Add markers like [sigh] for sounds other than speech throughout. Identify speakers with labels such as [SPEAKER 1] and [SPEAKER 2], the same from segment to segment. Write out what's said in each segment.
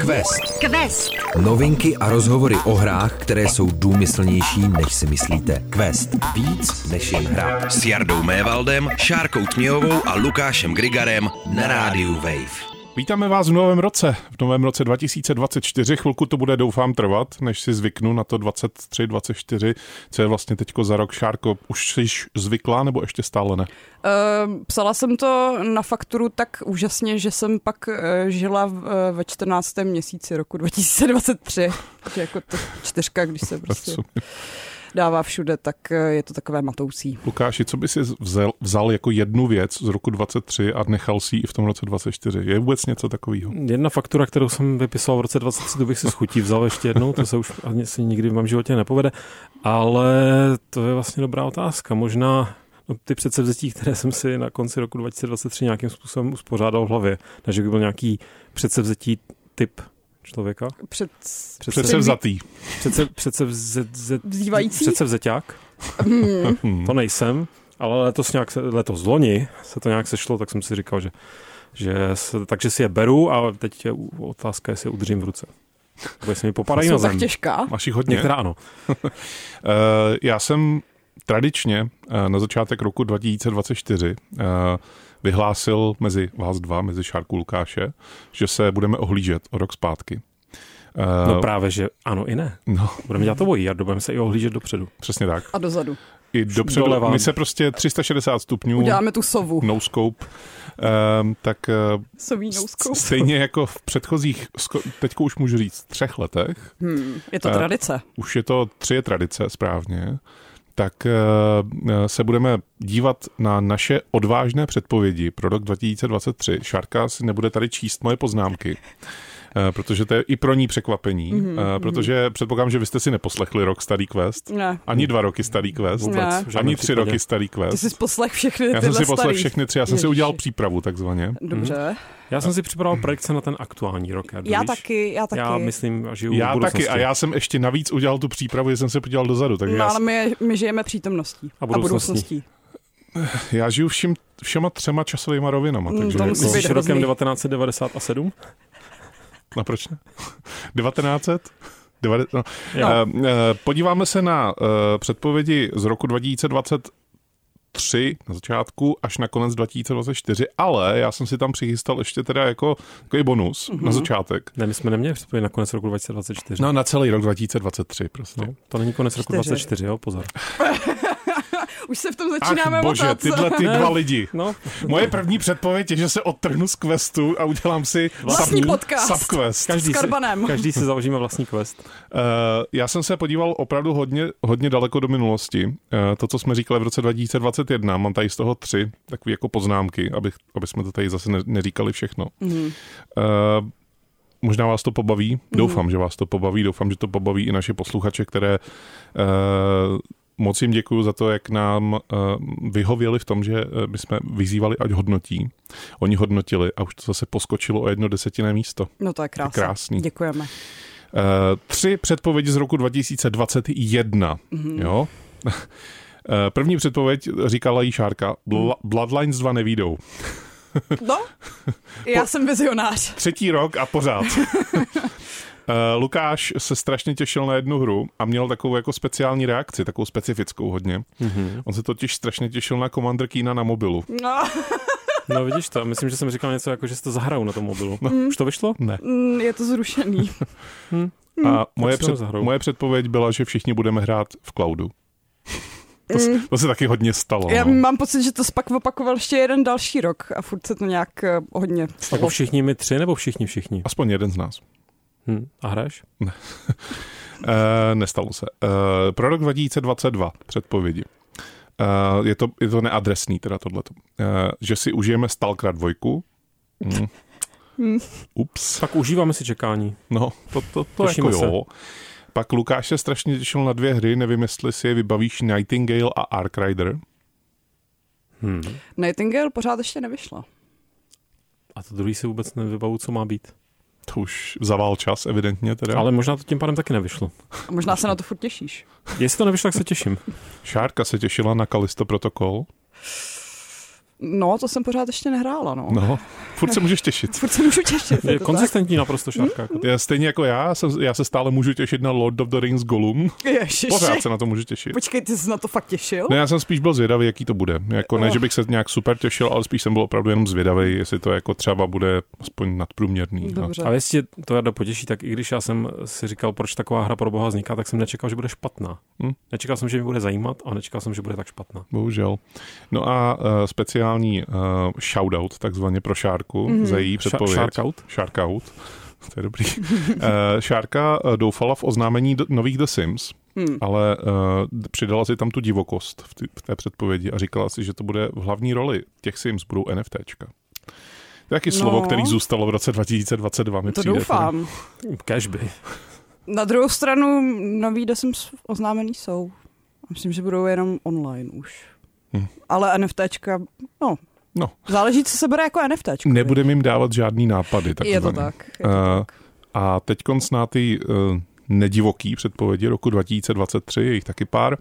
[SPEAKER 1] Quest.
[SPEAKER 2] Quest.
[SPEAKER 1] Novinky a rozhovory o hrách, které jsou důmyslnější, než si myslíte. Quest. Víc než jen hra. S Jardou Mévaldem, Šárkou Tměhovou a Lukášem Grigarem na rádiu Wave.
[SPEAKER 3] Vítáme vás v novém roce, v novém roce 2024. Chvilku to bude, doufám, trvat, než si zvyknu na to 23, 24, co je vlastně teďko za rok. Šárko, už jsi zvykla nebo ještě stále ne?
[SPEAKER 4] Eh, Psala jsem to na fakturu tak úžasně, že jsem pak eh, žila v, eh, ve 14. měsíci roku 2023. Takže jako to čtyřka, když se prostě dává všude, tak eh, je to takové matoucí.
[SPEAKER 3] Lukáši, co by si vzal, vzal jako jednu věc z roku 23 a nechal si ji i v tom roce 24? Je vůbec něco takového?
[SPEAKER 5] Jedna faktura, kterou jsem vypisoval v roce 23, to bych si schutí vzal ještě jednou, to se už ani si nikdy v mém životě nepovede, ale to je vlastně dobrá otázka. Možná no, ty předsevzetí, které jsem si na konci roku 2023 nějakým způsobem uspořádal v hlavě, takže by byl nějaký předsevzetí typ člověka.
[SPEAKER 4] Před
[SPEAKER 5] Předsev,
[SPEAKER 3] Přece vzatý.
[SPEAKER 5] přece, předsevzet,
[SPEAKER 4] Vzývající? Hmm.
[SPEAKER 5] předsevzeťák. To nejsem, ale letos, nějak se, letos loni se to nějak sešlo, tak jsem si říkal, že, že se, takže si je beru a teď je u- otázka, jestli je udržím v ruce. Nebo jestli mi popadají na
[SPEAKER 4] jsou tak
[SPEAKER 5] zem.
[SPEAKER 4] těžká.
[SPEAKER 3] Máš jich hodně?
[SPEAKER 5] Některá ano.
[SPEAKER 3] Eh, já jsem tradičně eh, na začátek roku 2024 eh, vyhlásil mezi vás dva, mezi Šárku a Lukáše, že se budeme ohlížet o rok zpátky. Eh,
[SPEAKER 5] No právě, že ano i ne.
[SPEAKER 3] no,
[SPEAKER 5] Budeme dělat obojí, Jardo, budeme se i ohlížet dopředu.
[SPEAKER 3] přesně tak.
[SPEAKER 4] A dozadu.
[SPEAKER 3] I dopředu,
[SPEAKER 5] doleva.
[SPEAKER 3] my se prostě 360 stupňů,
[SPEAKER 4] Uděláme tu sovu.
[SPEAKER 3] no scope, eh, tak eh,
[SPEAKER 4] Sovínou
[SPEAKER 3] s- stejně jako v předchozích, sko- teďko už můžu říct, třech letech,
[SPEAKER 4] Hmm, je to
[SPEAKER 3] Eh,
[SPEAKER 4] tradice.
[SPEAKER 3] už je to tři je tradice správně, tak eh, se budeme dívat na naše odvážné předpovědi pro rok 2023. Šárka si nebude tady číst moje poznámky, eh, protože to je i pro ní překvapení,
[SPEAKER 4] Mhm,
[SPEAKER 3] eh, protože předpokládám, že vy jste si neposlechli rok starý quest,
[SPEAKER 4] Ne.
[SPEAKER 3] ani dva roky starý quest,
[SPEAKER 4] Ne.
[SPEAKER 5] Vůbec, v žádném
[SPEAKER 3] ani tři
[SPEAKER 5] případě.
[SPEAKER 3] roky starý
[SPEAKER 4] Ty
[SPEAKER 3] quest.
[SPEAKER 4] jsi poslech všechny
[SPEAKER 3] Já jsem
[SPEAKER 4] tyhle
[SPEAKER 3] si poslal
[SPEAKER 4] starý.
[SPEAKER 3] všechny Mhm. tři, já jsem si udělal
[SPEAKER 4] Ježiši.
[SPEAKER 3] přípravu takzvaně.
[SPEAKER 4] Dobře.
[SPEAKER 5] Já jsem si připravil projekce na ten aktuální rok. Jardo,
[SPEAKER 4] Já
[SPEAKER 5] víš?
[SPEAKER 4] taky, já taky.
[SPEAKER 5] Já myslím, že žiju v
[SPEAKER 3] Já
[SPEAKER 5] budoucnosti.
[SPEAKER 3] taky a já jsem ještě navíc udělal tu přípravu, že jsem se podíval dozadu, takže
[SPEAKER 4] No,
[SPEAKER 3] já
[SPEAKER 4] ale my, my žijeme přítomností.
[SPEAKER 5] A budoucností.
[SPEAKER 3] Já žiju všim, všema třema časovýma rovinama,
[SPEAKER 4] Mm,
[SPEAKER 3] takže
[SPEAKER 4] to
[SPEAKER 3] jako,
[SPEAKER 4] musí být
[SPEAKER 5] Myslíš rokem
[SPEAKER 4] hrozný.
[SPEAKER 5] 1997?
[SPEAKER 3] no proč ne? [laughs] 1900? Deva- No.
[SPEAKER 5] Jo.
[SPEAKER 3] Eh, eh, podíváme se na eh, předpovědi z roku 2023 na začátku až na konec 2024, ale já jsem si tam přichystal ještě teda jako takový bonus
[SPEAKER 5] Mhm.
[SPEAKER 3] na začátek.
[SPEAKER 5] Ne, my jsme neměli předpověď na konec roku 2024.
[SPEAKER 3] No na celý rok 2023 prostě.
[SPEAKER 5] No, to není konec roku
[SPEAKER 4] Čtyři.
[SPEAKER 5] 24, jo, pozor.
[SPEAKER 4] Už se v tom
[SPEAKER 3] Ach
[SPEAKER 4] začínáme
[SPEAKER 3] bože,
[SPEAKER 4] motat.
[SPEAKER 3] tyhle ty
[SPEAKER 5] [laughs]
[SPEAKER 3] dva lidi.
[SPEAKER 5] No,
[SPEAKER 3] Moje první předpověď je, že se odtrhnu z questu a udělám si
[SPEAKER 4] Vlastní
[SPEAKER 3] sub-
[SPEAKER 4] podcast.
[SPEAKER 3] subquest.
[SPEAKER 5] každý,
[SPEAKER 4] S Karbanem.
[SPEAKER 5] si, každý si založíme vlastní quest.
[SPEAKER 3] Eh, já jsem se podíval opravdu hodně, hodně daleko do minulosti. Eh, To, co jsme říkali v roce 2021, mám tady z toho tři takové jako poznámky, aby, aby jsme to tady zase ne- neříkali všechno.
[SPEAKER 4] Mhm.
[SPEAKER 3] Eh, Možná vás to pobaví, doufám, že vás to pobaví, doufám, že to pobaví i naše posluchače, které eh, moc jim děkuju za to, jak nám eh, vyhověli v tom, že eh, my jsme vyzývali, ať hodnotí. Oni hodnotili a už to zase poskočilo o jedno desetinné místo.
[SPEAKER 4] No to je krásný.
[SPEAKER 3] Krásný.
[SPEAKER 4] Děkujeme.
[SPEAKER 3] Eh, tři předpovědi z roku 2021. Mm-hmm. Jo? Eh, První předpověď říkala jí Šárka, Bla- Bloodlines 2 nevídou. [laughs]
[SPEAKER 4] No, já jsem vizionář.
[SPEAKER 3] Třetí rok a pořád. Eh, Lukáš se strašně těšil na jednu hru a měl takovou jako speciální reakci, takovou specifickou hodně. Mm-hmm. On se totiž strašně těšil na Commander Keena na mobilu.
[SPEAKER 4] No,
[SPEAKER 5] No vidíš to, myslím, že jsem říkal něco jako, že si to zahraju na tom mobilu. No. Už to vyšlo?
[SPEAKER 3] Ne.
[SPEAKER 4] mm, je to
[SPEAKER 3] [laughs]
[SPEAKER 4] zrušený.
[SPEAKER 3] A moje,
[SPEAKER 5] si
[SPEAKER 3] před,
[SPEAKER 5] nezahrou.
[SPEAKER 3] moje předpověď byla, že všichni budeme hrát v cloudu. To, se- to se taky hodně stalo.
[SPEAKER 4] Já
[SPEAKER 3] no.
[SPEAKER 4] mám pocit, že to pak opakoval ještě jeden další rok a furt se to nějak eh, hodně
[SPEAKER 5] Jako všichni my tři, nebo všichni všichni?
[SPEAKER 3] Aspoň jeden z nás.
[SPEAKER 5] Hm. A hraješ?
[SPEAKER 3] Eh, nestalo se. Eh, pro rok 2022 předpovědi. Eh, je, to, je to neadresný teda tohleto. Eh, že si užijeme Stalkrat 2. Mm. Ups.
[SPEAKER 5] Tak užíváme si čekání.
[SPEAKER 3] No, to, to, to
[SPEAKER 5] Těšíme
[SPEAKER 3] jako
[SPEAKER 5] se.
[SPEAKER 3] jo. Pak Lukáš se strašně těšil na dvě hry, nevím, jestli si je vybavíš Nightingale a Ark Rider.
[SPEAKER 5] Hm.
[SPEAKER 4] Nightingale pořád ještě nevyšla.
[SPEAKER 5] A to druhý si vůbec nevybavu, co má být.
[SPEAKER 3] To už zavál čas, evidentně teda.
[SPEAKER 5] Ale možná to tím pádem taky nevyšlo.
[SPEAKER 4] A možná se na to furt těšíš. [laughs]
[SPEAKER 5] Jestli to nevyšlo, tak se těším.
[SPEAKER 3] Šárka se těšila na Kalisto Protokol.
[SPEAKER 4] No, to jsem pořád ještě nehrála, no.
[SPEAKER 3] No, furt se můžeš těšit.
[SPEAKER 4] Furt se můžu těšit.
[SPEAKER 5] Je
[SPEAKER 4] to
[SPEAKER 5] konzistentní naprosto šárka. Jako.
[SPEAKER 3] Já, stejně jako já, jsem, já se stále můžu těšit na Lord of the Rings Gollum.
[SPEAKER 4] tak. Ježiši.
[SPEAKER 3] Pořád se na to můžu těšit.
[SPEAKER 4] Počkej, ty jsi na to fakt těšil?
[SPEAKER 3] Ne, já jsem spíš byl zvědavý, jaký to bude. Jako ne, že bych se nějak super těšil, ale spíš jsem byl opravdu jenom zvědavý, jestli to jako třeba bude aspoň nadprůměrný. no, A
[SPEAKER 4] Dobře.
[SPEAKER 5] A jestli tě to Jarda potěší, tak i když já jsem si říkal, proč taková hra pro boha vzniká, tak jsem nečekal, že bude špatná.
[SPEAKER 4] Mm.
[SPEAKER 3] Hm.
[SPEAKER 5] Nečekal jsem, že mě bude zajímat a nečekal jsem, že bude tak špatná.
[SPEAKER 3] Bohužel. No a uh, speciální uh, shoutout takzvaně pro Šárku
[SPEAKER 4] Mhm.
[SPEAKER 3] mm-hmm. za její předpověď.
[SPEAKER 5] Sharkout?
[SPEAKER 3] Sharkout. To je dobrý. [laughs] uh, Šárka eh, doufala v oznámení d- nových The Sims,
[SPEAKER 4] Hmm.
[SPEAKER 3] ale uh, přidala si tam tu divokost v, ty, v té předpovědi a říkala si, že to bude v hlavní roli těch Sims budou NFTčka. To je Taky
[SPEAKER 4] No.
[SPEAKER 3] slovo, který zůstalo v roce 2022, mi
[SPEAKER 4] To
[SPEAKER 3] přijde. jako
[SPEAKER 4] doufám.
[SPEAKER 5] Cashby.
[SPEAKER 4] Na druhou stranu, nový The Sims oznámený jsou. Myslím, že budou jenom online už.
[SPEAKER 3] Hm.
[SPEAKER 4] Ale NFTčka, no.
[SPEAKER 3] No.
[SPEAKER 4] Záleží, co se bere jako NFTčko.
[SPEAKER 3] Nebudeme jim dávat žádný nápady.
[SPEAKER 4] viď? Je to
[SPEAKER 3] takzvaně.
[SPEAKER 4] tak. Je
[SPEAKER 3] Eh,
[SPEAKER 4] to tak.
[SPEAKER 3] A teď na ty uh, nedivoký předpovědi roku 2023, je jich taky pár.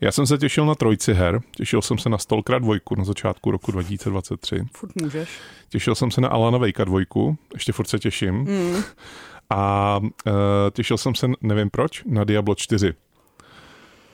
[SPEAKER 3] Já jsem se těšil na trojici her, těšil jsem se na Stalkera 2 na začátku roku 2023,
[SPEAKER 4] Furt můžeš.
[SPEAKER 3] těšil jsem se na Alana Vejka 2, ještě furt se těším,
[SPEAKER 4] Mm.
[SPEAKER 3] a uh, těšil jsem se, nevím proč, na Diablo 4.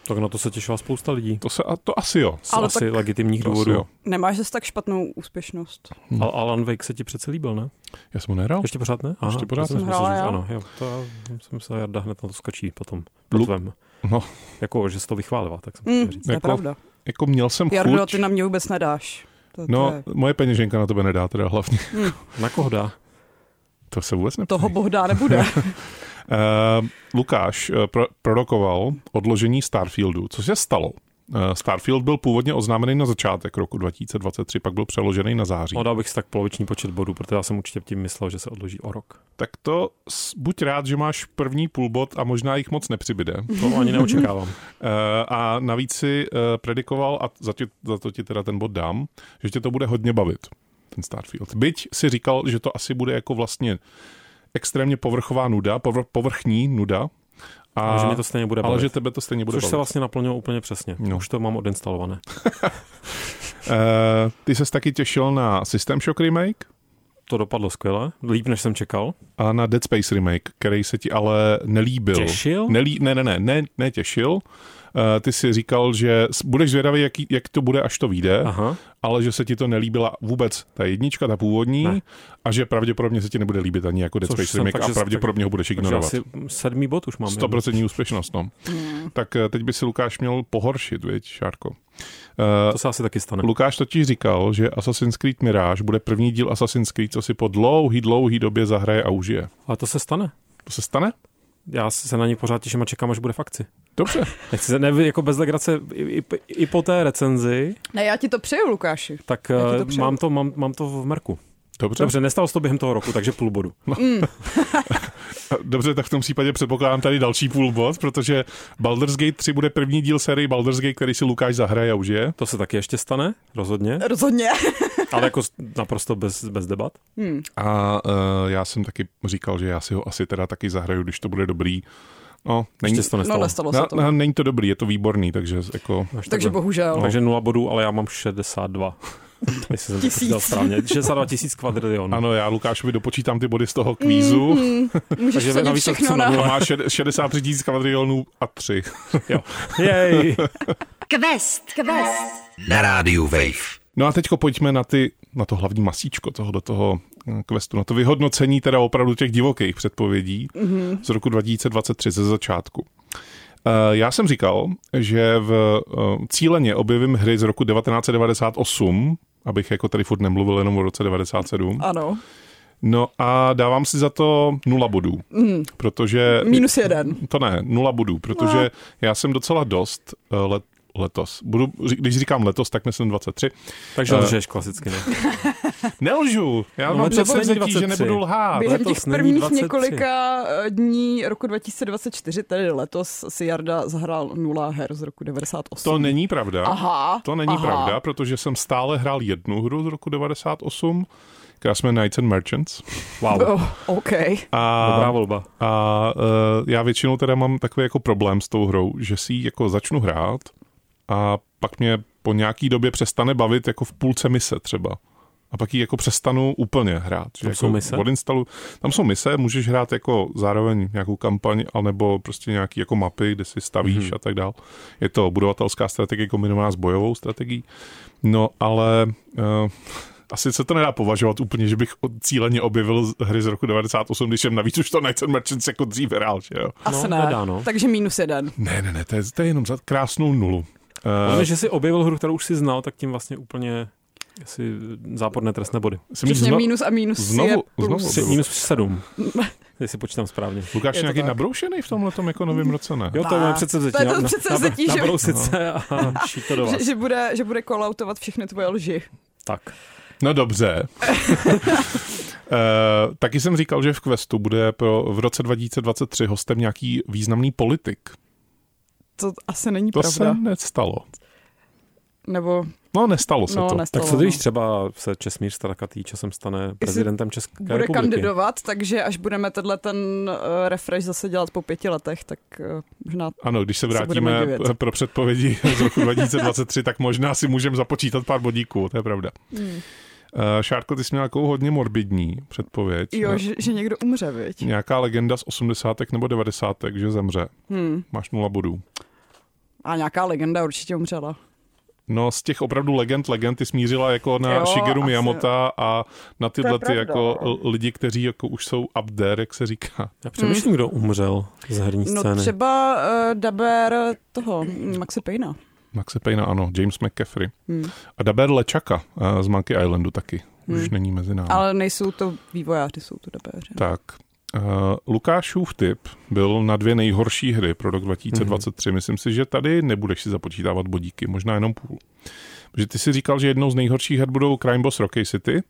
[SPEAKER 5] Tak na to se těšila spousta lidí.
[SPEAKER 3] To, se, a to asi jo.
[SPEAKER 5] Z
[SPEAKER 4] Ale
[SPEAKER 5] asi
[SPEAKER 4] tak-
[SPEAKER 5] legitimních
[SPEAKER 3] To asi
[SPEAKER 5] důvodů.
[SPEAKER 3] jo. Hm.
[SPEAKER 4] Nemáš zase tak špatnou úspěšnost.
[SPEAKER 5] A Alan Wake se ti přece líbil, ne?
[SPEAKER 3] Já jsem ho
[SPEAKER 4] No.
[SPEAKER 3] nehrál.
[SPEAKER 5] Ještě pořád ne?
[SPEAKER 3] Ještě pořád
[SPEAKER 5] já jsem
[SPEAKER 4] ne.
[SPEAKER 5] si myslel,
[SPEAKER 4] Hrála
[SPEAKER 5] že-
[SPEAKER 4] já.
[SPEAKER 5] Ano, jo, to já jsem se Jarda hned na to skočí potom. Po
[SPEAKER 3] Lu-
[SPEAKER 5] tvém.
[SPEAKER 3] No.
[SPEAKER 5] Jako, že jsi to vychválila, tak jsem
[SPEAKER 4] Mm,
[SPEAKER 5] chtěl říct.
[SPEAKER 4] to je
[SPEAKER 3] Jako
[SPEAKER 4] pravda.
[SPEAKER 3] Jako měl jsem
[SPEAKER 4] Jardo,
[SPEAKER 3] chuť.
[SPEAKER 4] ty na mě vůbec nedáš. To, to
[SPEAKER 3] No,
[SPEAKER 4] je,
[SPEAKER 3] moje peněženka na tebe nedá teda hlavně. [laughs]
[SPEAKER 5] Na koho dá?
[SPEAKER 3] To se vůbec neptej.
[SPEAKER 4] toho bohdá nebude.
[SPEAKER 3] Eh, Lukáš eh, pro- prorokoval odložení Starfieldu. Co se stalo? Eh, Starfield byl původně oznámený na začátek roku 2023, pak byl přeložený na září.
[SPEAKER 5] No, dal bych si tak poloviční počet bodů, protože já jsem určitě tím myslel, že se odloží
[SPEAKER 4] [laughs]
[SPEAKER 5] o rok.
[SPEAKER 3] Tak to s- buď rád, že máš první půlbod a možná jich moc nepřibyde.
[SPEAKER 5] To ani neočekávám.
[SPEAKER 3] Eh, A navíc si eh, predikoval, a za, tě, za to ti teda ten bod dám, že tě to bude hodně bavit, ten Starfield. Byť si říkal, že to asi bude jako vlastně extrémně povrchová nuda, povr- povrchní nuda, a,
[SPEAKER 5] A že mě to stejně bude
[SPEAKER 3] ale
[SPEAKER 5] bavit.
[SPEAKER 3] že tebe to stejně bude
[SPEAKER 5] Což se
[SPEAKER 3] bavit.
[SPEAKER 5] vlastně naplnilo úplně přesně.
[SPEAKER 3] No.
[SPEAKER 5] No. Už to mám odinstalované.
[SPEAKER 3] Eh, ty ses taky těšil na System Shock remake
[SPEAKER 5] To dopadlo skvěle, líp než jsem čekal.
[SPEAKER 3] a na Dead Space remake, který se ti ale nelíbil.
[SPEAKER 5] Těšil?
[SPEAKER 3] Nelí, ne, ne, ne, ne, ne těšil. Eh, Ty si říkal, že s- budeš zvědavý, jaký, jak to bude, až to vyjde, Aha.
[SPEAKER 5] Aha.
[SPEAKER 3] ale že se ti to nelíbila vůbec ta jednička, ta původní, ne.
[SPEAKER 5] Ne.
[SPEAKER 3] a že pravděpodobně se ti nebude líbit ani jako Dead
[SPEAKER 5] Což
[SPEAKER 3] Space
[SPEAKER 5] jsem
[SPEAKER 3] remake
[SPEAKER 5] tak,
[SPEAKER 3] a
[SPEAKER 5] že-
[SPEAKER 3] pravděpodobně ho budeš
[SPEAKER 5] Takže
[SPEAKER 3] ignorovat.
[SPEAKER 5] asi sedmý bod už mám.
[SPEAKER 3] 100% úspěšnost, no. Tak eh, teď by si Lukáš měl pohoršit, viď, Šárko? Eh,
[SPEAKER 5] To se asi taky stane.
[SPEAKER 3] Lukáš totiž říkal, že Assassin's Creed Mirage bude první díl Assassin's Creed, co si po dlouhý, dlouhý době zahraje a užije.
[SPEAKER 5] Ale to se stane.
[SPEAKER 3] To se stane?
[SPEAKER 5] Já se na ní pořád těším a čekám, až bude v akci.
[SPEAKER 3] Dobře.
[SPEAKER 5] Nechci se, ne, jako bez legrace, i, i, i po té recenzi,
[SPEAKER 4] ne, já ti to přeju, Lukáši.
[SPEAKER 5] tak
[SPEAKER 4] Já ti to
[SPEAKER 5] eh,
[SPEAKER 4] přeju.
[SPEAKER 5] mám, to, mám, mám to v merku.
[SPEAKER 3] Dobře. Dobře.
[SPEAKER 5] Dobře, nestalo se to během toho roku, takže půl bodu.
[SPEAKER 3] Dobře, tak v tom případě předpokládám tady další půl bod, protože Baldur's Gate 3 bude první díl série Baldur's Gate, který si Lukáš zahraje a užije.
[SPEAKER 5] To se taky ještě stane, rozhodně,
[SPEAKER 4] Rozhodně.
[SPEAKER 5] ale jako s- naprosto bez, bez debat.
[SPEAKER 4] Hmm.
[SPEAKER 3] A uh, já jsem taky říkal, že já si ho asi teda taky zahraju, když to bude dobrý. No, není,
[SPEAKER 5] Ještě se to
[SPEAKER 4] No,
[SPEAKER 5] nestalo.
[SPEAKER 4] nestalo se
[SPEAKER 3] no,
[SPEAKER 4] to.
[SPEAKER 3] no, není to dobrý, je to výborný, takže jako...
[SPEAKER 5] Až
[SPEAKER 4] Takže
[SPEAKER 5] takhle.
[SPEAKER 4] bohužel.
[SPEAKER 5] No. Takže nula bodů, ale já mám
[SPEAKER 4] [laughs]
[SPEAKER 5] 62. Jestli jsem to
[SPEAKER 4] Tisíc.
[SPEAKER 5] počítal správně. 62 tisíc kvadrilionů.
[SPEAKER 3] Ano, já Lukášovi dopočítám ty body z toho kvízu.
[SPEAKER 5] Mhm.
[SPEAKER 4] Mm, můžeš
[SPEAKER 5] Takže
[SPEAKER 4] vsadit
[SPEAKER 5] navíc
[SPEAKER 4] všechno
[SPEAKER 5] jsem
[SPEAKER 4] na...
[SPEAKER 5] na
[SPEAKER 3] A má šed- 63 000 kvadrilionů a 3.
[SPEAKER 4] [laughs]
[SPEAKER 5] Jej.
[SPEAKER 2] Quest. Quest.
[SPEAKER 1] Na rádiu Wave.
[SPEAKER 3] [laughs] No a teďko pojďme na, ty, na to hlavní masíčko tohoto toho eh, questu, na to vyhodnocení teda opravdu těch divokých předpovědí
[SPEAKER 4] Mhm.
[SPEAKER 3] mm-hmm. z roku 2023 ze začátku. Eh, Já jsem říkal, že v eh, cíleně objevím hry z roku 1998, abych jako tady furt nemluvil jenom o roce 97.
[SPEAKER 4] Ano,
[SPEAKER 3] No a dávám si za to nula bodů, mm. protože...
[SPEAKER 4] minus jeden.
[SPEAKER 3] To ne, nula bodů, protože no. já jsem docela dost eh, let, letos. Budu, ři- když říkám letos, tak myslím 23.
[SPEAKER 5] Takže
[SPEAKER 3] Eh.
[SPEAKER 5] lžeš klasicky. Ne?
[SPEAKER 3] Nelžu, já
[SPEAKER 5] No,
[SPEAKER 3] mám
[SPEAKER 5] ale to není
[SPEAKER 3] předsevzetí, že
[SPEAKER 5] 23.
[SPEAKER 3] nebudu lhát.
[SPEAKER 4] Během
[SPEAKER 5] letos
[SPEAKER 4] těch
[SPEAKER 5] není
[SPEAKER 4] prvních
[SPEAKER 5] 23.
[SPEAKER 4] několika eh, dní roku 2024, tedy letos, si Jarda zahrál nula her z roku 98.
[SPEAKER 3] To není pravda.
[SPEAKER 4] Aha,
[SPEAKER 3] To není
[SPEAKER 4] aha.
[SPEAKER 3] pravda, protože jsem stále hrál jednu hru z roku 98, která jsme Knights and Merchants.
[SPEAKER 5] Wow.
[SPEAKER 4] Oh, Eh. OK.
[SPEAKER 3] A,
[SPEAKER 5] Dobrá volba.
[SPEAKER 3] a uh, já většinou teda mám takový jako problém s tou hrou, že si ji jako začnu hrát a pak mě po nějaký době přestane bavit jako v půlce mise třeba. A pak ji jako přestanu úplně hrát.
[SPEAKER 5] Tam
[SPEAKER 3] jako
[SPEAKER 5] jsou mise?
[SPEAKER 3] Odinstalu, tam jsou mise, můžeš hrát jako zároveň nějakou kampaň, anebo prostě nějaký jako mapy, kde si stavíš
[SPEAKER 5] Mhm.
[SPEAKER 3] mm-hmm. a tak dál. Je to budovatelská strategie kombinovaná s bojovou strategií. No ale uh, asi se to nedá považovat úplně, že bych od- cíleně objevil z- hry z roku 98, když jsem navíc už to Knights and Merchants jako dříve hrál, že jo?
[SPEAKER 4] Asi
[SPEAKER 5] No,
[SPEAKER 4] ne.
[SPEAKER 5] nedá, no.
[SPEAKER 4] Takže minus jeden.
[SPEAKER 3] Ne, ne, ne, to je, to je jenom za krásnou nulu.
[SPEAKER 5] Ale
[SPEAKER 3] Uh,
[SPEAKER 5] že si objevil hru, kterou už si znal, tak tím vlastně úplně si záporné trestné body.
[SPEAKER 3] jsem jí
[SPEAKER 4] Přesně
[SPEAKER 3] zno-
[SPEAKER 4] minus a minus
[SPEAKER 3] znovu-
[SPEAKER 4] je
[SPEAKER 3] znovu
[SPEAKER 4] plus.
[SPEAKER 5] Tři, minus sedm.
[SPEAKER 4] [laughs]
[SPEAKER 5] Jestli počítám správně.
[SPEAKER 3] Lukáš
[SPEAKER 4] Je
[SPEAKER 3] je
[SPEAKER 4] to
[SPEAKER 3] nějaký
[SPEAKER 4] tak.
[SPEAKER 3] nabroušený v tomhle jako novém roce, ne?
[SPEAKER 5] Jo, to je moje
[SPEAKER 4] Bah.
[SPEAKER 5] předsevzetí.
[SPEAKER 4] To je to
[SPEAKER 5] Na- na-
[SPEAKER 4] předsevzetí,
[SPEAKER 5] na-
[SPEAKER 4] že- No.
[SPEAKER 5] nabrousit
[SPEAKER 4] [laughs]
[SPEAKER 5] se a šít to do vás.
[SPEAKER 4] Že, že, bude, že bude kolautovat všechny tvoje lži.
[SPEAKER 5] Tak.
[SPEAKER 3] No
[SPEAKER 4] [laughs]
[SPEAKER 3] dobře. Uh, taky jsem říkal, že v Questu bude pro, v roce 2023 hostem nějaký významný politik.
[SPEAKER 4] To asi není
[SPEAKER 3] To se
[SPEAKER 4] pravda.
[SPEAKER 3] nestalo.
[SPEAKER 4] Nebo,
[SPEAKER 3] No, nestalo se
[SPEAKER 4] no,
[SPEAKER 3] to.
[SPEAKER 4] nestalo.
[SPEAKER 5] Tak se když
[SPEAKER 4] no.
[SPEAKER 5] třeba se Česmír Starakatý časem stane prezidentem České
[SPEAKER 4] bude
[SPEAKER 5] republiky.
[SPEAKER 4] kandidovat, takže až budeme tenhle ten eh, refresh zase dělat po pěti letech, tak eh, možná
[SPEAKER 3] Ano, když se
[SPEAKER 4] Co budeme
[SPEAKER 3] vrátíme
[SPEAKER 4] divit.
[SPEAKER 3] p- pro předpovědi z roku [laughs] 2023, tak možná si můžeme započítat pár bodíků, to je pravda.
[SPEAKER 4] Hmm.
[SPEAKER 3] Uh, Šárko, ty jsi měl takovou hodně morbidní předpověď.
[SPEAKER 4] Jo,
[SPEAKER 3] Eh,
[SPEAKER 4] že, že někdo umře, viď?
[SPEAKER 3] Nějaká legenda z 80. nebo 90. že zemře.
[SPEAKER 4] Hmm.
[SPEAKER 3] Máš nula bodů.
[SPEAKER 4] A nějaká legenda určitě umřela.
[SPEAKER 3] No z těch opravdu legend, legend ty smířila jako na jo,
[SPEAKER 4] Jo,
[SPEAKER 3] Shigeru
[SPEAKER 4] asi.
[SPEAKER 3] Miyamota a na tyhle ty
[SPEAKER 4] pravda, no.
[SPEAKER 3] jako l- lidi, kteří jako už jsou up there, jak se říká. [laughs]
[SPEAKER 5] Já přemýšlím, kdo umřel z herní
[SPEAKER 4] Hmm. No
[SPEAKER 5] scény.
[SPEAKER 4] třeba uh, daber toho, mm, Maxi Pejna.
[SPEAKER 3] Maxe Payna, ano, James McCaffrey.
[SPEAKER 4] Hmm.
[SPEAKER 3] A Daber Lečaka eh, z Monkey Islandu taky. Už
[SPEAKER 4] Hmm.
[SPEAKER 3] není mezi námi.
[SPEAKER 4] Ale nejsou to vývojáři, jsou to dabéři.
[SPEAKER 3] Tak, uh, Lukášův tip byl na dvě nejhorší hry pro
[SPEAKER 5] Mhm.
[SPEAKER 3] rok 2023. Mm-hmm. Myslím si, že tady nebudeš si započítávat bodíky, možná jenom půl. Protože ty si říkal, že jednou z nejhorších her budou Crime Boss Rocky City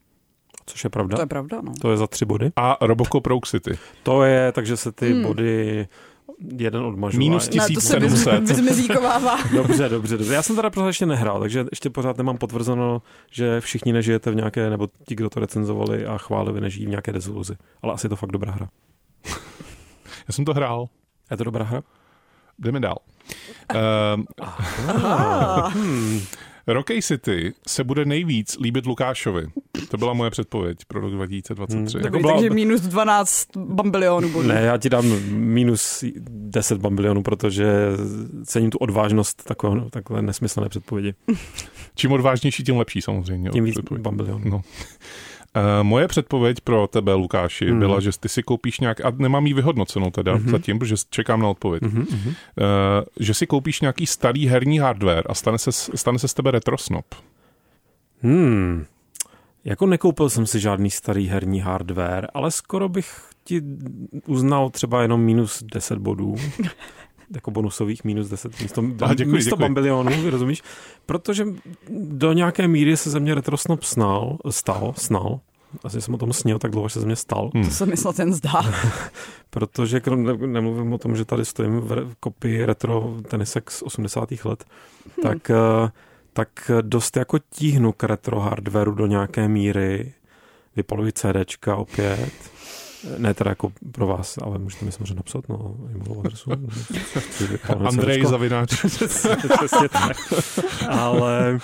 [SPEAKER 5] Což je pravda.
[SPEAKER 4] To je pravda, no.
[SPEAKER 5] To je za tři body.
[SPEAKER 3] a Robocop Rogue City.
[SPEAKER 5] To je, takže se ty
[SPEAKER 4] Hmm.
[SPEAKER 5] body jeden odmažu.
[SPEAKER 3] Minus
[SPEAKER 5] a-
[SPEAKER 3] tisíc.
[SPEAKER 4] Ne, to se vyz-
[SPEAKER 3] 1700.
[SPEAKER 5] [laughs]
[SPEAKER 4] vyzmezíkovává.
[SPEAKER 5] Dobře, dobře, dobře. Já jsem teda pořád ještě nehrál, takže ještě pořád nemám potvrzeno, že všichni nežijete v nějaké, nebo ti, kdo to recenzovali a chválili, nežijí v nějaké deziluzi. Ale asi je to fakt dobrá hra.
[SPEAKER 3] Já jsem to hrál.
[SPEAKER 5] Je to dobrá hra?
[SPEAKER 3] Jdeme dál. Uh, [laughs]
[SPEAKER 4] Ah,
[SPEAKER 3] Hmm. Rocky City se bude nejvíc líbit Lukášovi. To byla moje předpověď pro rok 2023.
[SPEAKER 5] Hmm,
[SPEAKER 3] Hmm,
[SPEAKER 5] tak-
[SPEAKER 4] dobrý,
[SPEAKER 5] byla-
[SPEAKER 4] takže minus 12 bambilionů bodů.
[SPEAKER 5] Ne, já ti dám minus 10 bambilionů, protože cením tu odvážnost takové, takové nesmyslné předpovědi.
[SPEAKER 3] Čím odvážnější, tím lepší samozřejmě.
[SPEAKER 5] Tím víc
[SPEAKER 3] Předpověď.
[SPEAKER 5] bambilionů.
[SPEAKER 3] No. Eh, moje předpověď pro tebe, Lukáši,
[SPEAKER 5] Mhm.
[SPEAKER 3] hmm. byla, že ty si koupíš nějak, a nemám ji vyhodnocenou teda
[SPEAKER 5] Mhm.
[SPEAKER 3] hmm. zatím, protože čekám na odpověď, hmm.
[SPEAKER 5] Mhm, mhm.
[SPEAKER 3] že si koupíš nějaký starý herní hardware a stane se, stane se z tebe retrosnob.
[SPEAKER 5] Hmm. Jako nekoupil jsem si žádný starý herní hardware, ale skoro bych ti uznal třeba jenom minus
[SPEAKER 3] [laughs]
[SPEAKER 5] 10 bodů. jako bonusových minus 10 místo,
[SPEAKER 3] Aha, děkuji,
[SPEAKER 5] místo
[SPEAKER 3] děkuji.
[SPEAKER 5] bambilionů, rozumíš? Protože do nějaké míry se ze mě retrosnob snal, stal, snal. Asi jsem o tom snil tak dlouho, že se ze mě stal.
[SPEAKER 3] Hmm.
[SPEAKER 4] To se mi snad jen zdá.
[SPEAKER 5] Protože krom, ne- nemluvím o tom, že tady stojím v re- v kopii retro tenisek z 80. let, tak, eh, tak dost jako tíhnu k retro hardwareu do nějaké míry. Vypaluji CDčka opět. Ne teda jako pro vás, ale můžete mi samozřejmě napsat, no, e-mailovou adresu. Vypalujeme
[SPEAKER 3] Andrej
[SPEAKER 5] CDčko. [laughs]
[SPEAKER 3] Zavináč.
[SPEAKER 5] Přesně, přesně tak. Ale,